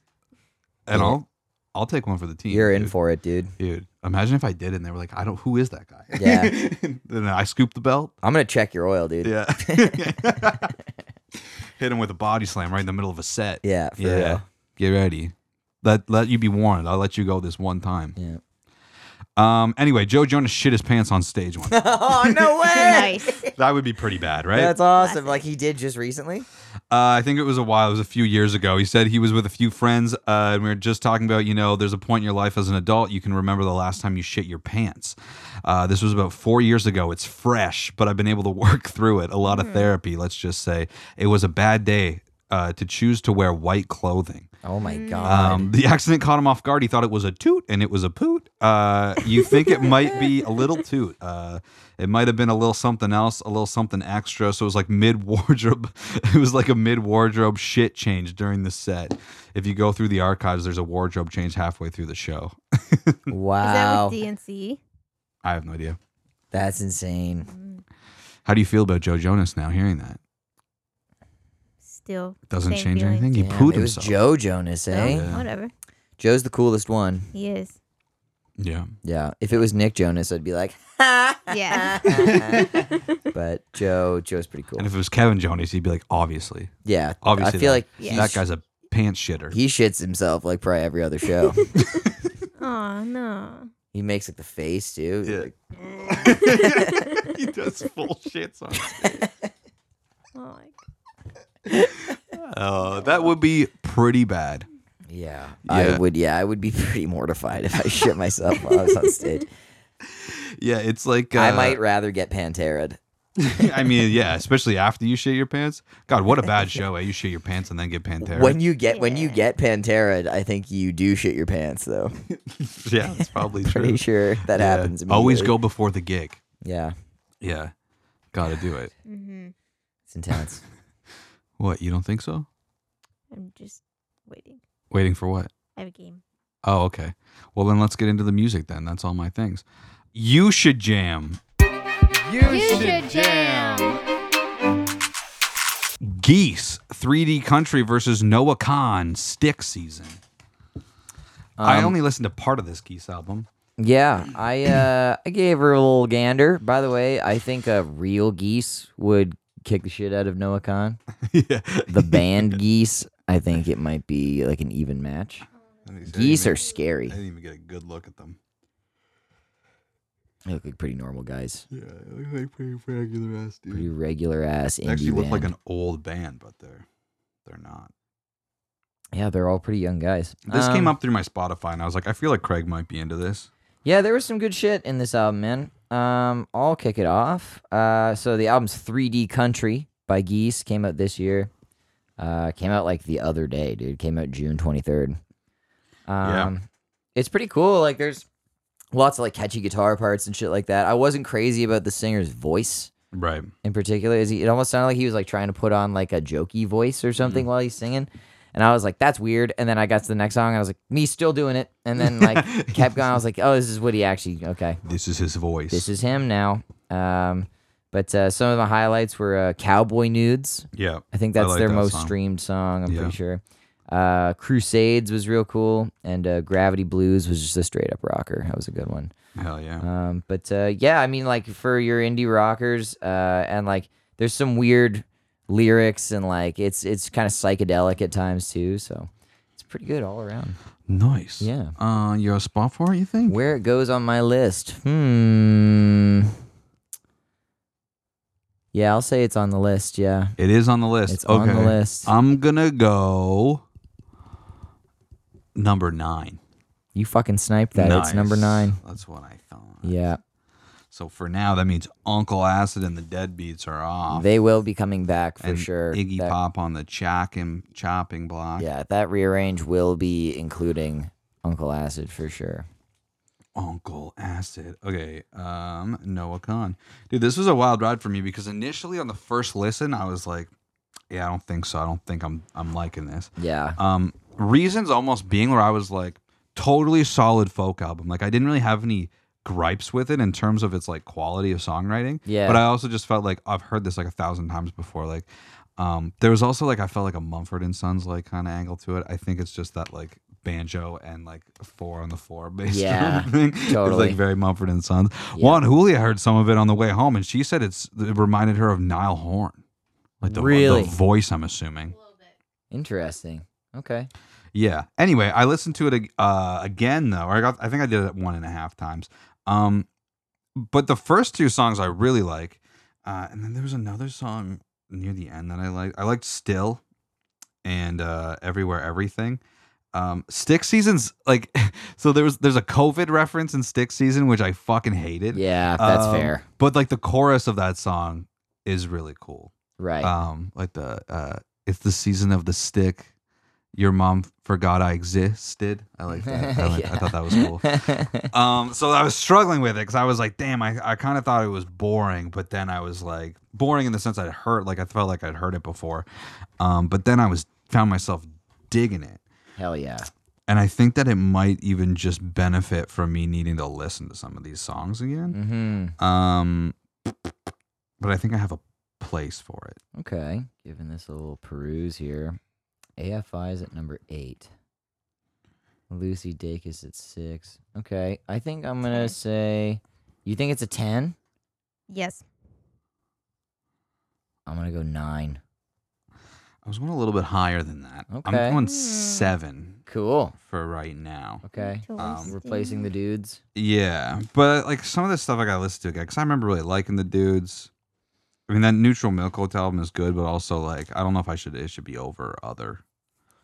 and Yeah. I'll I'll take one for the team. You're in dude. for it, dude. dude. Imagine if I did, and they were like, I don't. Who is that guy? Yeah. then I scooped the belt. I'm gonna check your oil, dude. Yeah. Hit him with a body slam right in the middle of a set. Yeah, for yeah. real. Get ready. Let let you be warned. I'll let you go this one time. Yeah. Um. Anyway, Joe Jonas shit his pants on stage once. Oh no way! Nice. that would be pretty bad, right? That's awesome. Like he did just recently. Uh, I think it was a while. It was a few years ago. He said he was with a few friends, uh, and we were just talking about, you know, there's a point in your life as an adult you can remember the last time you shit your pants. Uh, this was about four years ago. It's fresh, but I've been able to work through it. A lot of therapy, let's just say. It was a bad day uh, to choose to wear white clothing. Oh my god. Um, the accident caught him off guard. He thought it was a toot, and it was a poot. Uh, you think it might be a little toot. Uh, it might have been a little something else, a little something extra. So it was like mid wardrobe. It was like a mid wardrobe shit change during the set. If you go through the archives, there's a wardrobe change halfway through the show. Is that wow. with DNC? I have no idea. That's insane. Mm, How do you feel about Joe Jonas now hearing that? Still Doesn't same change feeling. anything. He Damn, pooed it was himself. Joe Jonas, So, eh? Yeah. Whatever. Joe's the coolest one. He is. yeah. Yeah. If it was Nick Jonas, I'd be like, Yeah. but Joe, Joe's pretty cool. And if it was Kevin Jonas, he'd be like, obviously, yeah. obviously. I feel that- like Yeah. that guy's a pants shitter. he shits himself like probably every other show. oh no. he makes like the face too. Yeah. Like, he does full shits on. Oh, my God. Oh, that would be pretty bad. yeah. Yeah. I would. Yeah. I would be pretty mortified if I shit myself while I was on stage. Yeah, it's like I uh, might rather get Pantera'd. I mean, yeah, especially after you shit your pants. God, what a bad show! Eh? You shit your pants and then get Pantera. When you get when you get Pantera, I think you do shit your pants though. yeah, it's probably true. Pretty sure that Yeah. happens. Always immediately. go before the gig. Yeah. Yeah, gotta do it. Mm-hmm. It's intense. What you don't think so? I'm just waiting. Waiting for what? I have a game. Oh, okay. Well, then let's get into the music. Then that's all my things. You should jam. You, should jam. Geese 3D Country versus Noah Khan Stick Season. I Um, only listened to part of this Geese album. Yeah, I uh, I gave her a little gander. By the way, I think a real geese would kick the shit out of Noah Khan. yeah. The band geese, I think it might be like an even match. Geese are scary. didn't even get a good look at them. They look like pretty normal guys. Yeah, they look like pretty regular ass Pretty regular ass indie They actually look like band. an old band, but they're they're not. yeah, they're all pretty young guys. This came Um, up through my Spotify, and I was like, I feel like Craig might be into this. Yeah, there was some good shit in this album, man. Um, I'll kick it off. Uh, so the album's 3D Country by Geese came out this year. Uh, came out like the other day, dude. Came out June 23rd. Um, Yeah. it's pretty cool. Like there's lots of like catchy guitar parts and shit like that. I wasn't crazy about the singer's voice Right. in particular. Is he, it almost sounded like he was like trying to put on like a jokey voice or something while he's singing. And I was like, that's weird. And then I got to the next song. And I was like, me still doing it. And then like kept going. I was like, oh, this is what he actually, okay. This is his voice. This is him now. Um, but uh, some of the highlights were uh, Cowboy Nudes. yeah. I think that's like their that most song. streamed song, I'm Yeah. pretty sure. Uh, Crusades was real cool. And uh, Gravity Blues was just a straight up rocker. That was a good one. Hell yeah. Um, but uh, yeah, I mean, like for your indie rockers, uh, and like there's some weird lyrics, and like it's it's kind of psychedelic at times too. So it's pretty good all around. nice. yeah. Uh, you're a spot for it, you think? Where it goes on my list, hmm. Yeah, I'll say it's on the list. Yeah, It is on the list. It's okay. Uh, on the list. I'm gonna go number nine. you fucking sniped that. It's number Nice. nine. That's what I thought. Yeah, So for now, that means Uncle Acid and the Deadbeats are off. they will be coming back for and sure. Iggy That- Pop on the chopping chopping block. Yeah, that rearrange will be including Uncle Acid for sure. Uncle Acid. Okay, um, Noah Khan. Dude, this was a wild ride for me because initially on the first listen, I was like, yeah, I don't think so. I don't think I'm I'm liking this. Yeah. Um, reasons almost being where I was like, totally solid folk album. Like I didn't really have any gripes with it in terms of its like quality of songwriting. Yeah. But I also just felt like I've heard this like a thousand times before. Like, um, there was also like I felt like a Mumford and Sons like kind of angle to it. I think it's just that like banjo and like four on the floor bass drum Yeah, thing. It's totally. like very Mumford and Sons. Juan Julia heard some of it on the way home, and she said it's it reminded her of Nile Horn. Like the, Really? the voice, I'm assuming. Interesting. Okay. Yeah. Anyway, I listened to it ag- uh, again though. or I got. I think I did it one and a half times. Um, but the first two songs I really like, uh, and then there was another song near the end that I liked. I liked "Still" and uh, "Everywhere Everything." Um, Stick Season's like, so there was there's a COVID reference in Stick Season which I fucking hated. Yeah, that's Um, fair. But like the chorus of that song is really cool Right. um like the uh it's the season of the stick your mom forgot i existed i like that i, like, I thought that was cool cool. um so i was struggling with it because i was like damn i, I kind of thought it was boring but then i was like boring in the sense i'd heard like i felt like i'd heard it before um but then i was found myself digging it Hell yeah. and i think that it might even just benefit from me needing to listen to some of these songs again hmm um but i think i have a place for it Okay. Giving this a little peruse here. AFI is at number eight. Lucy Dake is at six. Okay. I think I'm going to say. You think it's a 10? Yes. I'm going to go nine. I was going a little bit higher than that. Okay. I'm going seven Cool. for right now. Okay. Um, Replacing the dudes. Yeah, but like some of the stuff I got to listen to again because I remember really liking the dudes. I mean, that Neutral Milk Hotel album is good, but also like I don't know if I should it should be over other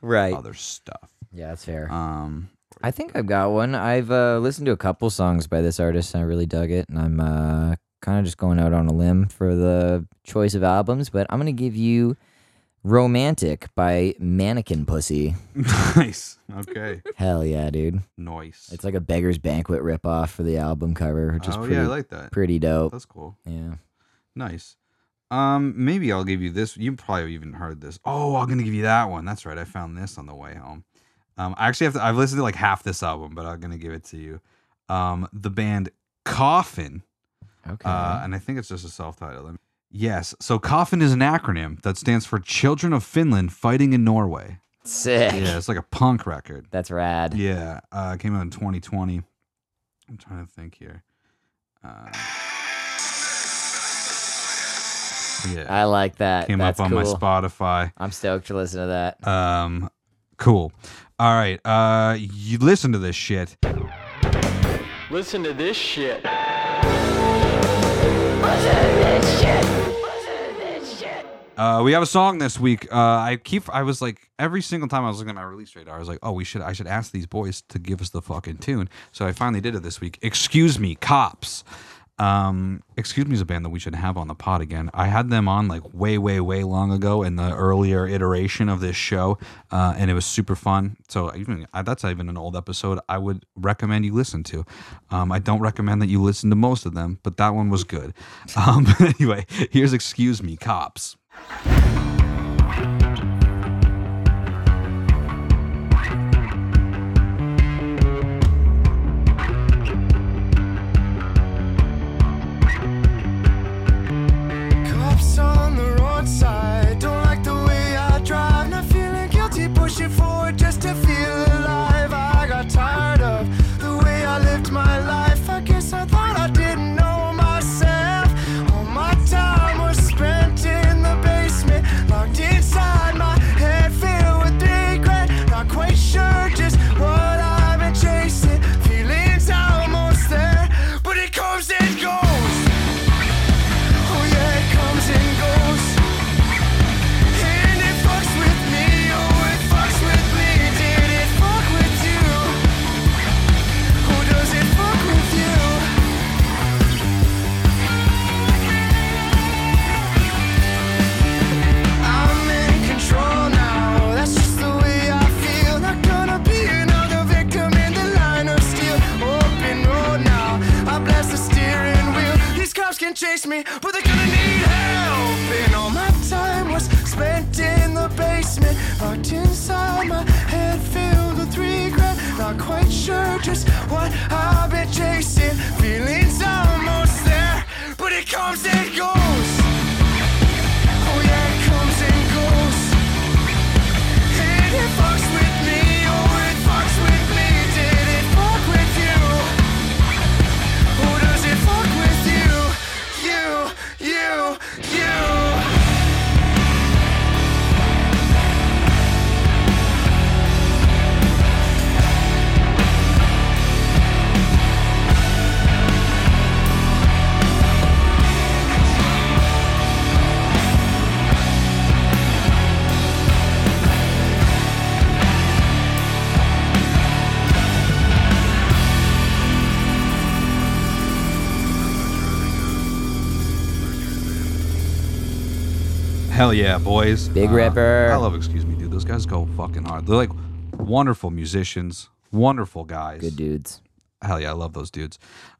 Right. other stuff. Yeah, that's fair. Um, I think I've got one. I've uh, listened to a couple songs by this artist and I really dug it. And I'm uh, kind of just going out on a limb for the choice of albums, but I'm going to give you Romantic by Mannequin Pussy. nice. Okay. Hell yeah, dude. Nice. It's like a beggar's banquet ripoff for the album cover, which is oh pretty, yeah, I like that. pretty dope. That's cool. Yeah. Nice. Um, maybe I'll give you this. You probably even heard this. Oh, I'm gonna give you that one. That's right. I found this on the way home. Um, I actually have to. I've listened to like half this album, but I'm gonna give it to you. Um, the band Coffin. Okay. Uh, and I think it's just a self title. Yes. So Coffin is an acronym that stands for Children of Finland Fighting in Norway. Sick. Yeah, it's like a punk record. That's rad. Yeah, uh, it came out in 2020. I'm trying to think here. Uh, yeah, I like that. came That's up on cool. my Spotify. I'm stoked to listen to that. Um, cool. All right, uh, you listen to this shit. Listen to this shit. Uh, we have a song this week. Uh, I keep. I was like every single time I was looking at my release radar, I was like, oh, we should. I should ask these boys to give us the fucking tune. So I finally did it this week. Excuse me, cops. Um, excuse me is a band that we should have on the pod again. I had them on like way, way, way long ago in the earlier iteration of this show, uh, and it was super fun. So even I- that's even an old episode. I would recommend you listen to. Um, I don't recommend that you listen to most of them, but that one was good. Um, anyway, here's excuse me, cops. Cops on the roadside don't like the way I drive. Not feeling guilty, pushing forward just to feel alive. I got tired of the way I lived my life. I guess I thought I didn't know myself. All my time was spent in the basement, locked inside my head, filled with regret. Not quite sure just what I've been chasing. Feelings almost there, but it comes and goes. Oh yeah, it comes and goes, and it fucks with me. Oh, it fucks with me. Did it fuck with you? Who does it fuck with you? I'm in control now. That's just the way I feel. Not gonna be another victim in the line of steel. Open road now. I blast the steering wheel. These cops can chase me, but they're gonna need help. And all my time was spent in the basement, locked inside my head, filled with regret. Not quite sure just what I've been chasing. Feelings almost there, but it comes and goes. Oh yeah, it comes and goes. And it fucks with me. Oh, it fucks with me. Did it fuck with you? Who does it fuck with you? You, you, you. Hell yeah, boys. Uh, Big Ripper. I love Excuse Me, dude. Those guys go fucking hard. They're like wonderful musicians, wonderful guys. Good dudes. Hell yeah, I love those dudes.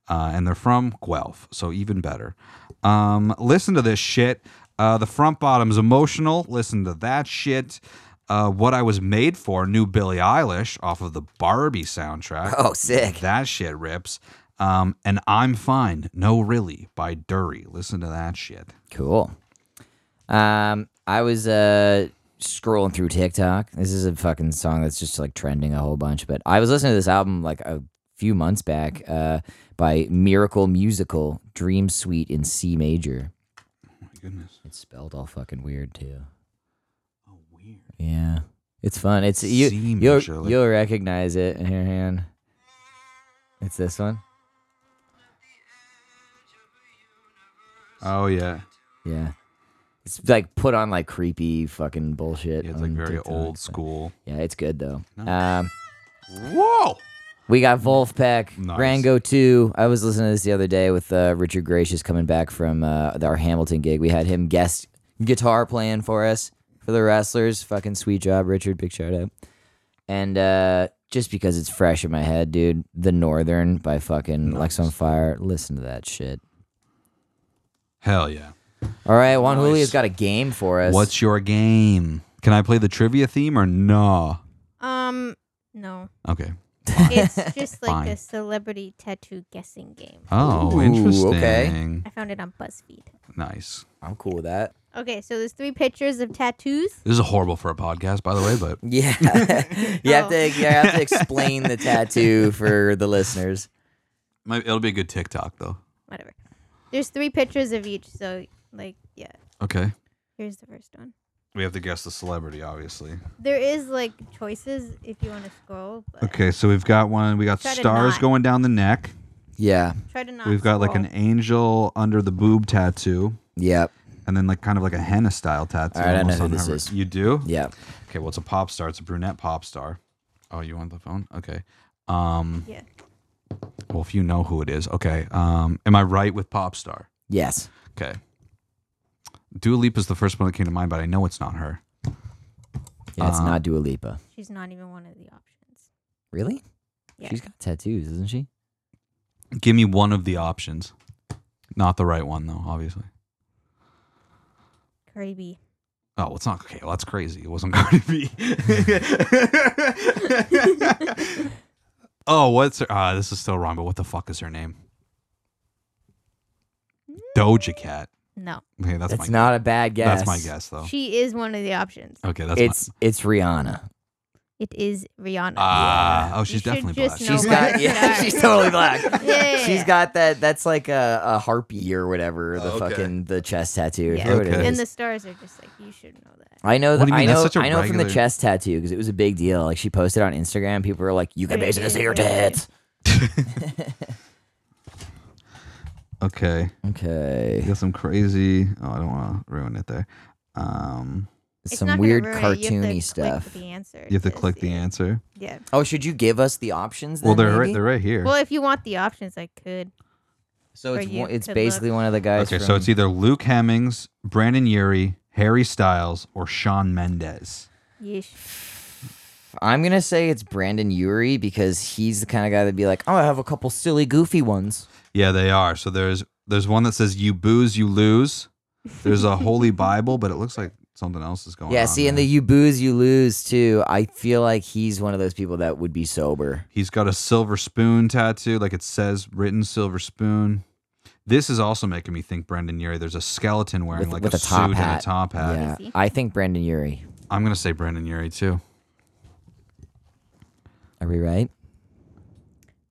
Uh, and they're from Guelph, so even better. Um, listen to this shit. Uh, the front bottom's emotional. Listen to that shit. Uh, what I was made for, new Billie Eilish off of the Barbie soundtrack. Oh, sick. That shit rips. Um, and I'm fine, no really, by Dury. Listen to that shit. Cool. Um, I was uh scrolling through TikTok. This is a fucking song that's just like trending a whole bunch. But I was listening to this album like a few months back, uh, by Miracle Musical, Dream Suite in C major. Oh my goodness. It's spelled all fucking weird too. Oh, weird. Yeah, it's fun. It's you. C You'll, major, like- you'll recognize it in your hand. It's this one. Oh yeah. Yeah. It's like put on like creepy fucking bullshit. Yeah, it's like on very TikTok, old but- school. Yeah, it's good though. Nice. Um, Whoa! we got Wolfpack, Nice. Rango 2. I was listening to this the other day with uh, Richard Gracious coming back from uh, our Hamilton gig. We had him guest guitar playing for us for the wrestlers. Fucking sweet job, Richard. Big shout out. And uh, just because it's fresh in my head, dude, The Northern by fucking Lex on Fire. Listen to that shit. Hell yeah. All right, Juan Julio's got a game for us. What's your game? Can I play the trivia theme or no? Um, no. Okay. It's just like Fine. a celebrity tattoo guessing game. Oh, Ooh, interesting. okay. I found it on BuzzFeed. Nice. I'm cool with that. Okay, so there's three pictures of tattoos. This is horrible for a podcast, by the way, but Yeah, you have to you have to explain the tattoo for the listeners. might, it'll be a good TikTok though. Whatever. There's three pictures of each. So, like, yeah. Okay. Here's the first one. We have to guess the celebrity, obviously. There is like choices if you want to scroll. But Okay, so we've got one. We got Try to stars not. going down the neck. Yeah, Try to not. We've got like an scroll. angel under the boob tattoo, yep, and then like kind of like a henna style tattoo. All right, I almost know on who this her- is. You do? yep. Okay, well, it's a pop star. It's a brunette pop star. Oh, you want the phone? Okay. Um, Yeah. well, if you know who it is, okay. Um, am I right with pop star? Yes. Okay. Dua Lipa is the first one that came to mind, but I know it's not her. Yeah, it's Uh, not Dua Lipa. She's not even one of the options. Really? Yeah. She's got tattoos, isn't she? Give me one of the options. Not the right one, though, obviously. Cardi B. Oh, well, it's not okay. Well, that's crazy. It wasn't Cardi B. oh, what's her? Uh, this is still wrong. But what the fuck is her name? Doja Cat. No, Okay, that's, Mm. That's, my not a bad guess. that's my guess Oh. though. she is one of the options. Okay, that's it's it's Rihanna. It is Rihanna. my, ah. Oh, You she's should definitely black. just know She's No got way. yeah, she's totally black. Yeah. She's got that. That's like a, a harpy or whatever. The Okay. fucking the chest tattoo. I Yeah. forget what it Okay. And is. the stars are just like you should know that. I know. What That, do you mean? I That's know. such a I know from regular- the chest tattoo because it was a big deal. Like she posted on Instagram. People were like, "You can Yeah, basically yeah, see your yeah. tits." Okay, you Okay. got some crazy. Oh, I don't want to ruin it there. Um, It's not Some gonna weird ruin it. You have to cartoony click stuff. the answer you have to to click the see it. answer. Yeah. Oh, should you give us the options? Well, then, they're maybe? right. They're right here. Well, if you want the options, I could. So or it's you one, it's could basically one of the guys. Okay, so from- it's either Luke Hemmings, Brandon Yuri, Harry Styles, or Sean Mendez. Yeesh. I'm gonna say it's Brandon Yuri because he's the kind of guy that'd be like, "Oh, I have a couple silly, goofy ones." Yeah, they are. So there's there's one that says you booze, you lose. There's a holy Bible, but it looks like something else is going on. yeah, see, and the there. you booze, you lose too. I feel like he's one of those people that would be sober. He's got a silver spoon tattoo, like it says written silver spoon. This is also making me think Brendan Yuri. There's a skeleton wearing With- like with a, a top suit and a hat. top hat. Yeah, Easy. I think Brandon Yuri. I'm gonna say Brendan Yuri too. Are we right?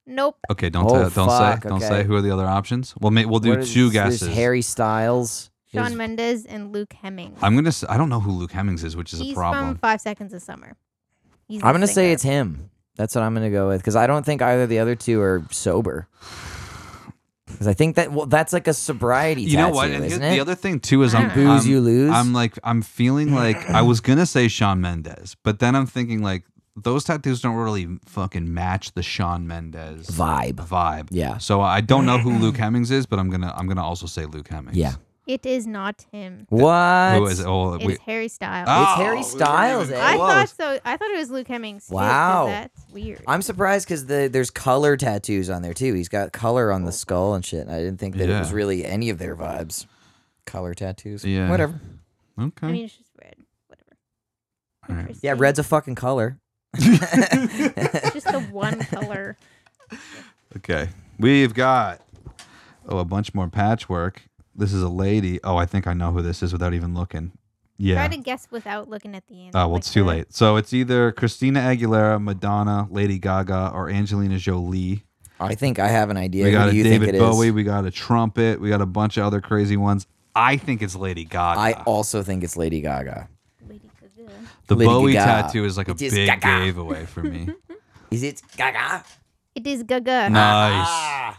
Nope. Okay, don't Oh, say, don't fuck, say don't okay. say who are the other options. We'll make we'll do What is- two there's guesses. Harry Styles. Sean There's- Mendes and Luke Hemmings. I'm gonna. Say, I don't know who Luke Hemmings is, which is He's a from problem. Five Seconds of Summer. He's the I'm gonna say singer. it's him. That's what I'm gonna go with because I don't think either of the other two are sober. Because I think that well, that's like a sobriety. you know tattoo, what? And the- isn't the it? other thing too is I'm Booze, I'm- you lose. I'm like I'm feeling like I was gonna say Sean Mendez, but then I'm thinking like those tattoos don't really fucking match the Sean Mendez vibe. vibe. Yeah. So I don't know who Luke Hemmings is, but I'm gonna I'm gonna also say Luke Hemmings. Yeah. It is not him. What? Who is it? Oh, It's we- Harry Styles. Oh, Harry we weren't Styles, even eh? I close. thought so. I thought it was Luke Hemmings. too, 'cause Wow. that's weird. I'm surprised because the there's color tattoos on there too. He's got color on the skull and shit. And I didn't think that it was Yeah. really any of their vibes. Color tattoos. Yeah. Whatever. Okay. I mean, it's just red. Whatever. All right. Interesting. Hmm? Yeah, red's a fucking color. It's just the one color. Okay. We've got oh a bunch more patchwork. This is a lady. Oh, I think I know who this is without even looking. Yeah. Try to guess without looking at the answer. Oh, well, like it's too that. late. So it's either Christina Aguilera, Madonna, Lady Gaga, or Angelina Jolie. I think I have an idea. we got Who a do you David think it is? Bowie. We got a trumpet. We got a bunch of other crazy ones. I think it's Lady Gaga. I also think it's Lady Gaga. Lady Gaga. the Lady Bowie Gaga. tattoo is like a It is big Gaga. giveaway for me. Is it Gaga? Ah. It is Gaga. nice. wow,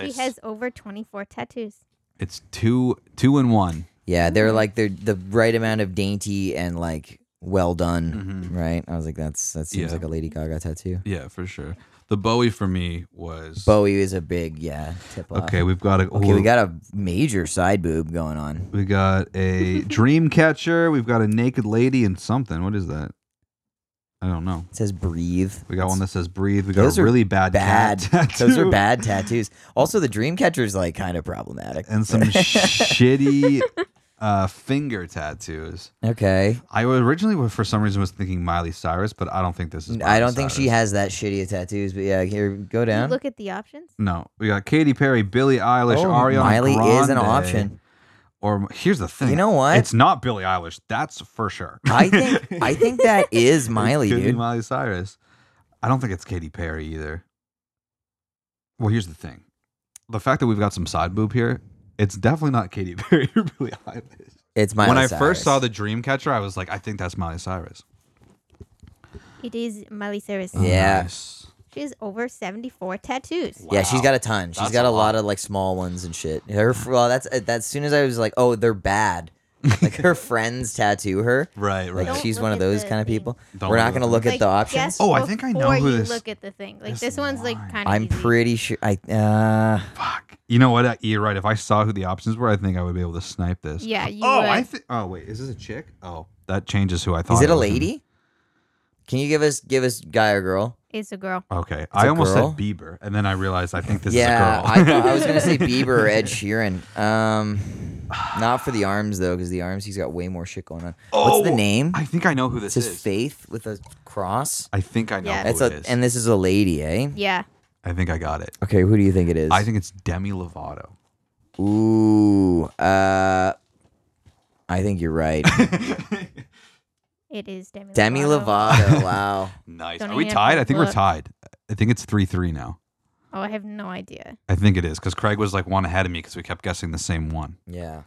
nice. she has over 24 tattoos. It's two two and one. Yeah, they're like they're the right amount of dainty and like well done, right? I was like, that's that seems Mm-hmm. Yeah. like a Lady Gaga tattoo. Yeah, for sure. The Bowie for me was Bowie is a big yeah tip off. Okay, we've got a Okay, we got a major side boob going on. we got a dream catcher. We've got a naked lady and something. What is that? I don't know. It says breathe. We got one that says breathe. We got Those a are really bad, bad. cat Those are tattoo. bad tattoos. Also, the dream catcher is like kind of problematic. And some shitty uh, finger tattoos. Okay, I originally, were- for some reason, was thinking Miley Cyrus, but I don't think this is. Miley I don't think she Cyrus. has that shitty of tattoos. But yeah, here go Did you down. look at the options. No, we got Katy Perry, Billie Eilish, Oh, Ariana Miley is an Grande, option. Or here's the thing. You know what? It's not Billie Eilish. That's for sure. I think I think that is Miley, It's gonna be dude. Miley Cyrus. I don't think it's Katy Perry either. Well, here's the thing: the fact that we've got some side boob here, it's definitely not Katy Perry or Billie Eilish. It's Miley. when I Cyrus. first saw the Dreamcatcher, I was like, I think that's Miley Cyrus. It is Miley Cyrus. Yeah. Oh, Nice. She has over 74 tattoos. Yeah, she's got a ton. She's That's got a a lot. of like small ones and shit. Her fr- well, that's uh, that's soon as I was like, oh, they're bad. Like her friends tattoo her. Right, Like right. Don't she's look one of at those the kind of thing. people. Don't We're look not at gonna the look thing. at the options. guess Oh, I think I know before who you this- Look at the thing. Like this this, one's like line. kind of. I'm pretty sure. I uh, Fuck. You know what? Uh, You're right. If I saw who the options were, I think I would be able to snipe this. Yeah, you. Oh, would. I think. Oh, wait. Is this a chick? Oh, that changes who I thought. is it a was gonna- lady? Can you give us give us guy or girl? it's a girl. Okay. a I almost girl? said Bieber, and then I realized I think this yeah, is a I girl. thought I was gonna say Bieber or Ed Sheeran. Um, not for the arms though, because the arms he's got way more shit going on. What's the Oh, name? I think I know who It this says is. Faith with a cross. I think I know Yeah. who That's it a is. and this is a lady, eh? Yeah. I think I got it. Okay, who do you think it is? I think it's Demi Lovato. Ooh, uh, I think you're right. It is Demi. Demi Lovato. Wow. Nice. Don't Are we even have tied? to I think we're look. tied. I think it's 3 3 now. Oh, I have no idea. I think it is because Craig was like one ahead of me because we kept guessing the same one. Yeah.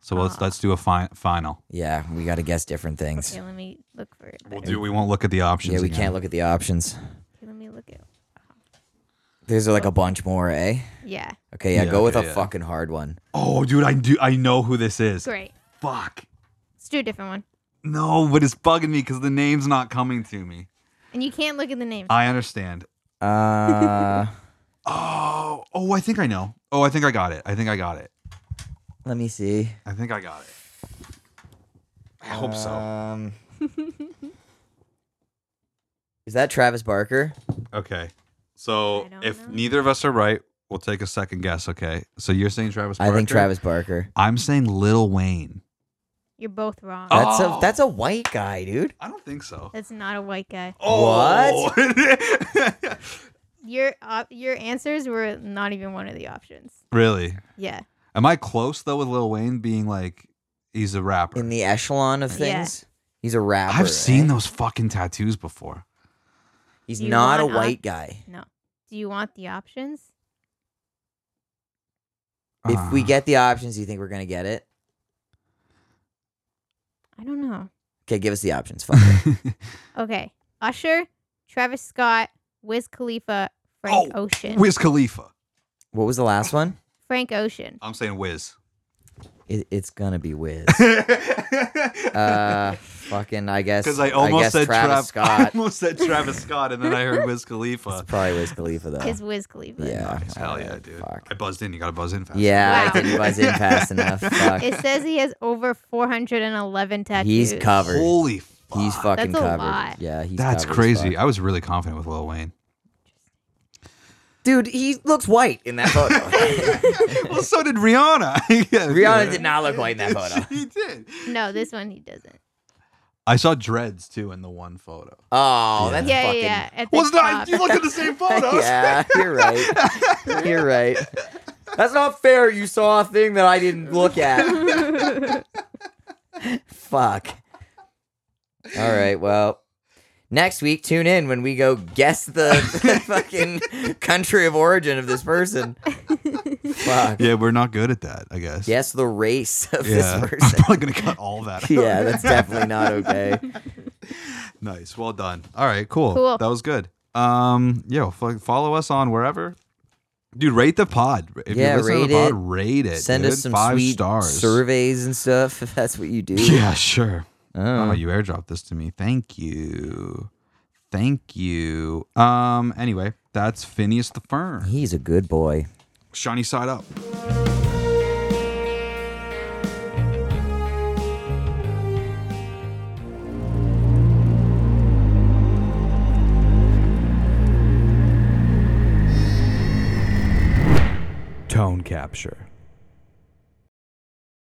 So let's let's do a fi- final. Yeah. We got to guess different things. Okay, let me look for it. We'll better. do. We won't look at the options. Yeah, we again. can't look at the options. Okay, let me look at. There's like a bunch more, eh? Yeah. Okay. Yeah. Yeah, go with okay, a yeah. fucking hard one. Oh, dude, I do. I know who this is. Great. Fuck. Let's do a different one. No, but it's bugging me because the name's not coming to me. And you can't look at the names. I understand. Uh, Oh, oh, I think I know. Oh, I think I got it. I think I got it. let me see. I think I got it. I hope so. Um, is that Travis Barker? Okay. So I don't if know. neither of us are right, we'll take a second guess. Okay. So you're saying Travis? I think Barker? Travis Barker. I'm saying Lil Wayne. You're both wrong. That's Oh. a that's a white guy, dude. I don't think so. That's not a white guy. Oh. Your op- your answers were not even one of the options. really? Yeah. Am I close though with Lil Wayne being like he's a rapper? In the echelon of Yeah. things, he's a rapper. I've seen eh? those fucking tattoos before. He's Do you not a want white op- guy. No. Do you want the options? Uh, If Ah. we get the options, you think we're gonna get it? I don't know. Okay, give us the options. Fuck it. Okay. Usher, Travis Scott, Wiz Khalifa, Frank Oh, Ocean. Wiz Khalifa. What was the last one? Frank Ocean. I'm saying Wiz. It, it's gonna be Wiz. Because Uh, fucking. I guess. I almost guess said Travis Trav- I Scott. almost said Travis Scott, and then I heard Wiz Khalifa. it's probably Wiz Khalifa though. Is Wiz Khalifa. yeah. Nice. Hell yeah, alright, dude. Fuck. I buzzed in. You got to buzz in fast. Yeah, Wow. I didn't buzz in fast enough. Fuck. It says he has over 411 tattoos. He's covered. Holy fuck. He's fucking That's a covered. lot. Yeah, he's That's covered as crazy. fuck. I was really confident with Lil Wayne. Dude, he looks white in that photo. well, so did Rihanna. Rihanna did not look white in that photo. She did. No, this one he doesn't. I saw dreads too in the one photo. Oh, that's yeah, fucking. yeah, yeah. At the Well, it's not. top. You look at the same photos. Yeah, you're right. You're right. That's not fair. You saw a thing that I didn't look at. Fuck. All right. Well, next week, tune in when we go guess the fucking country of origin of this person. Fuck. Yeah, we're not good at that, I guess. Guess the race of Yeah. this I'm person. probably gonna cut all that. out. yeah, that's definitely not okay. Nice. Well done. All right. Cool. Cool. That was good. Um. Yo, fo- follow us on wherever. Dude, rate the pod. If Yeah, you listen to rate the pod, it. rate it. Send dude. us some five sweet stars. surveys and stuff if that's what you do. Yeah, sure. Uh. Oh. Oh, you airdropped this to me. Thank you. Thank you. Um. Anyway, that's Phineas the Fern. He's a good boy. Shiny side up. Tone capture.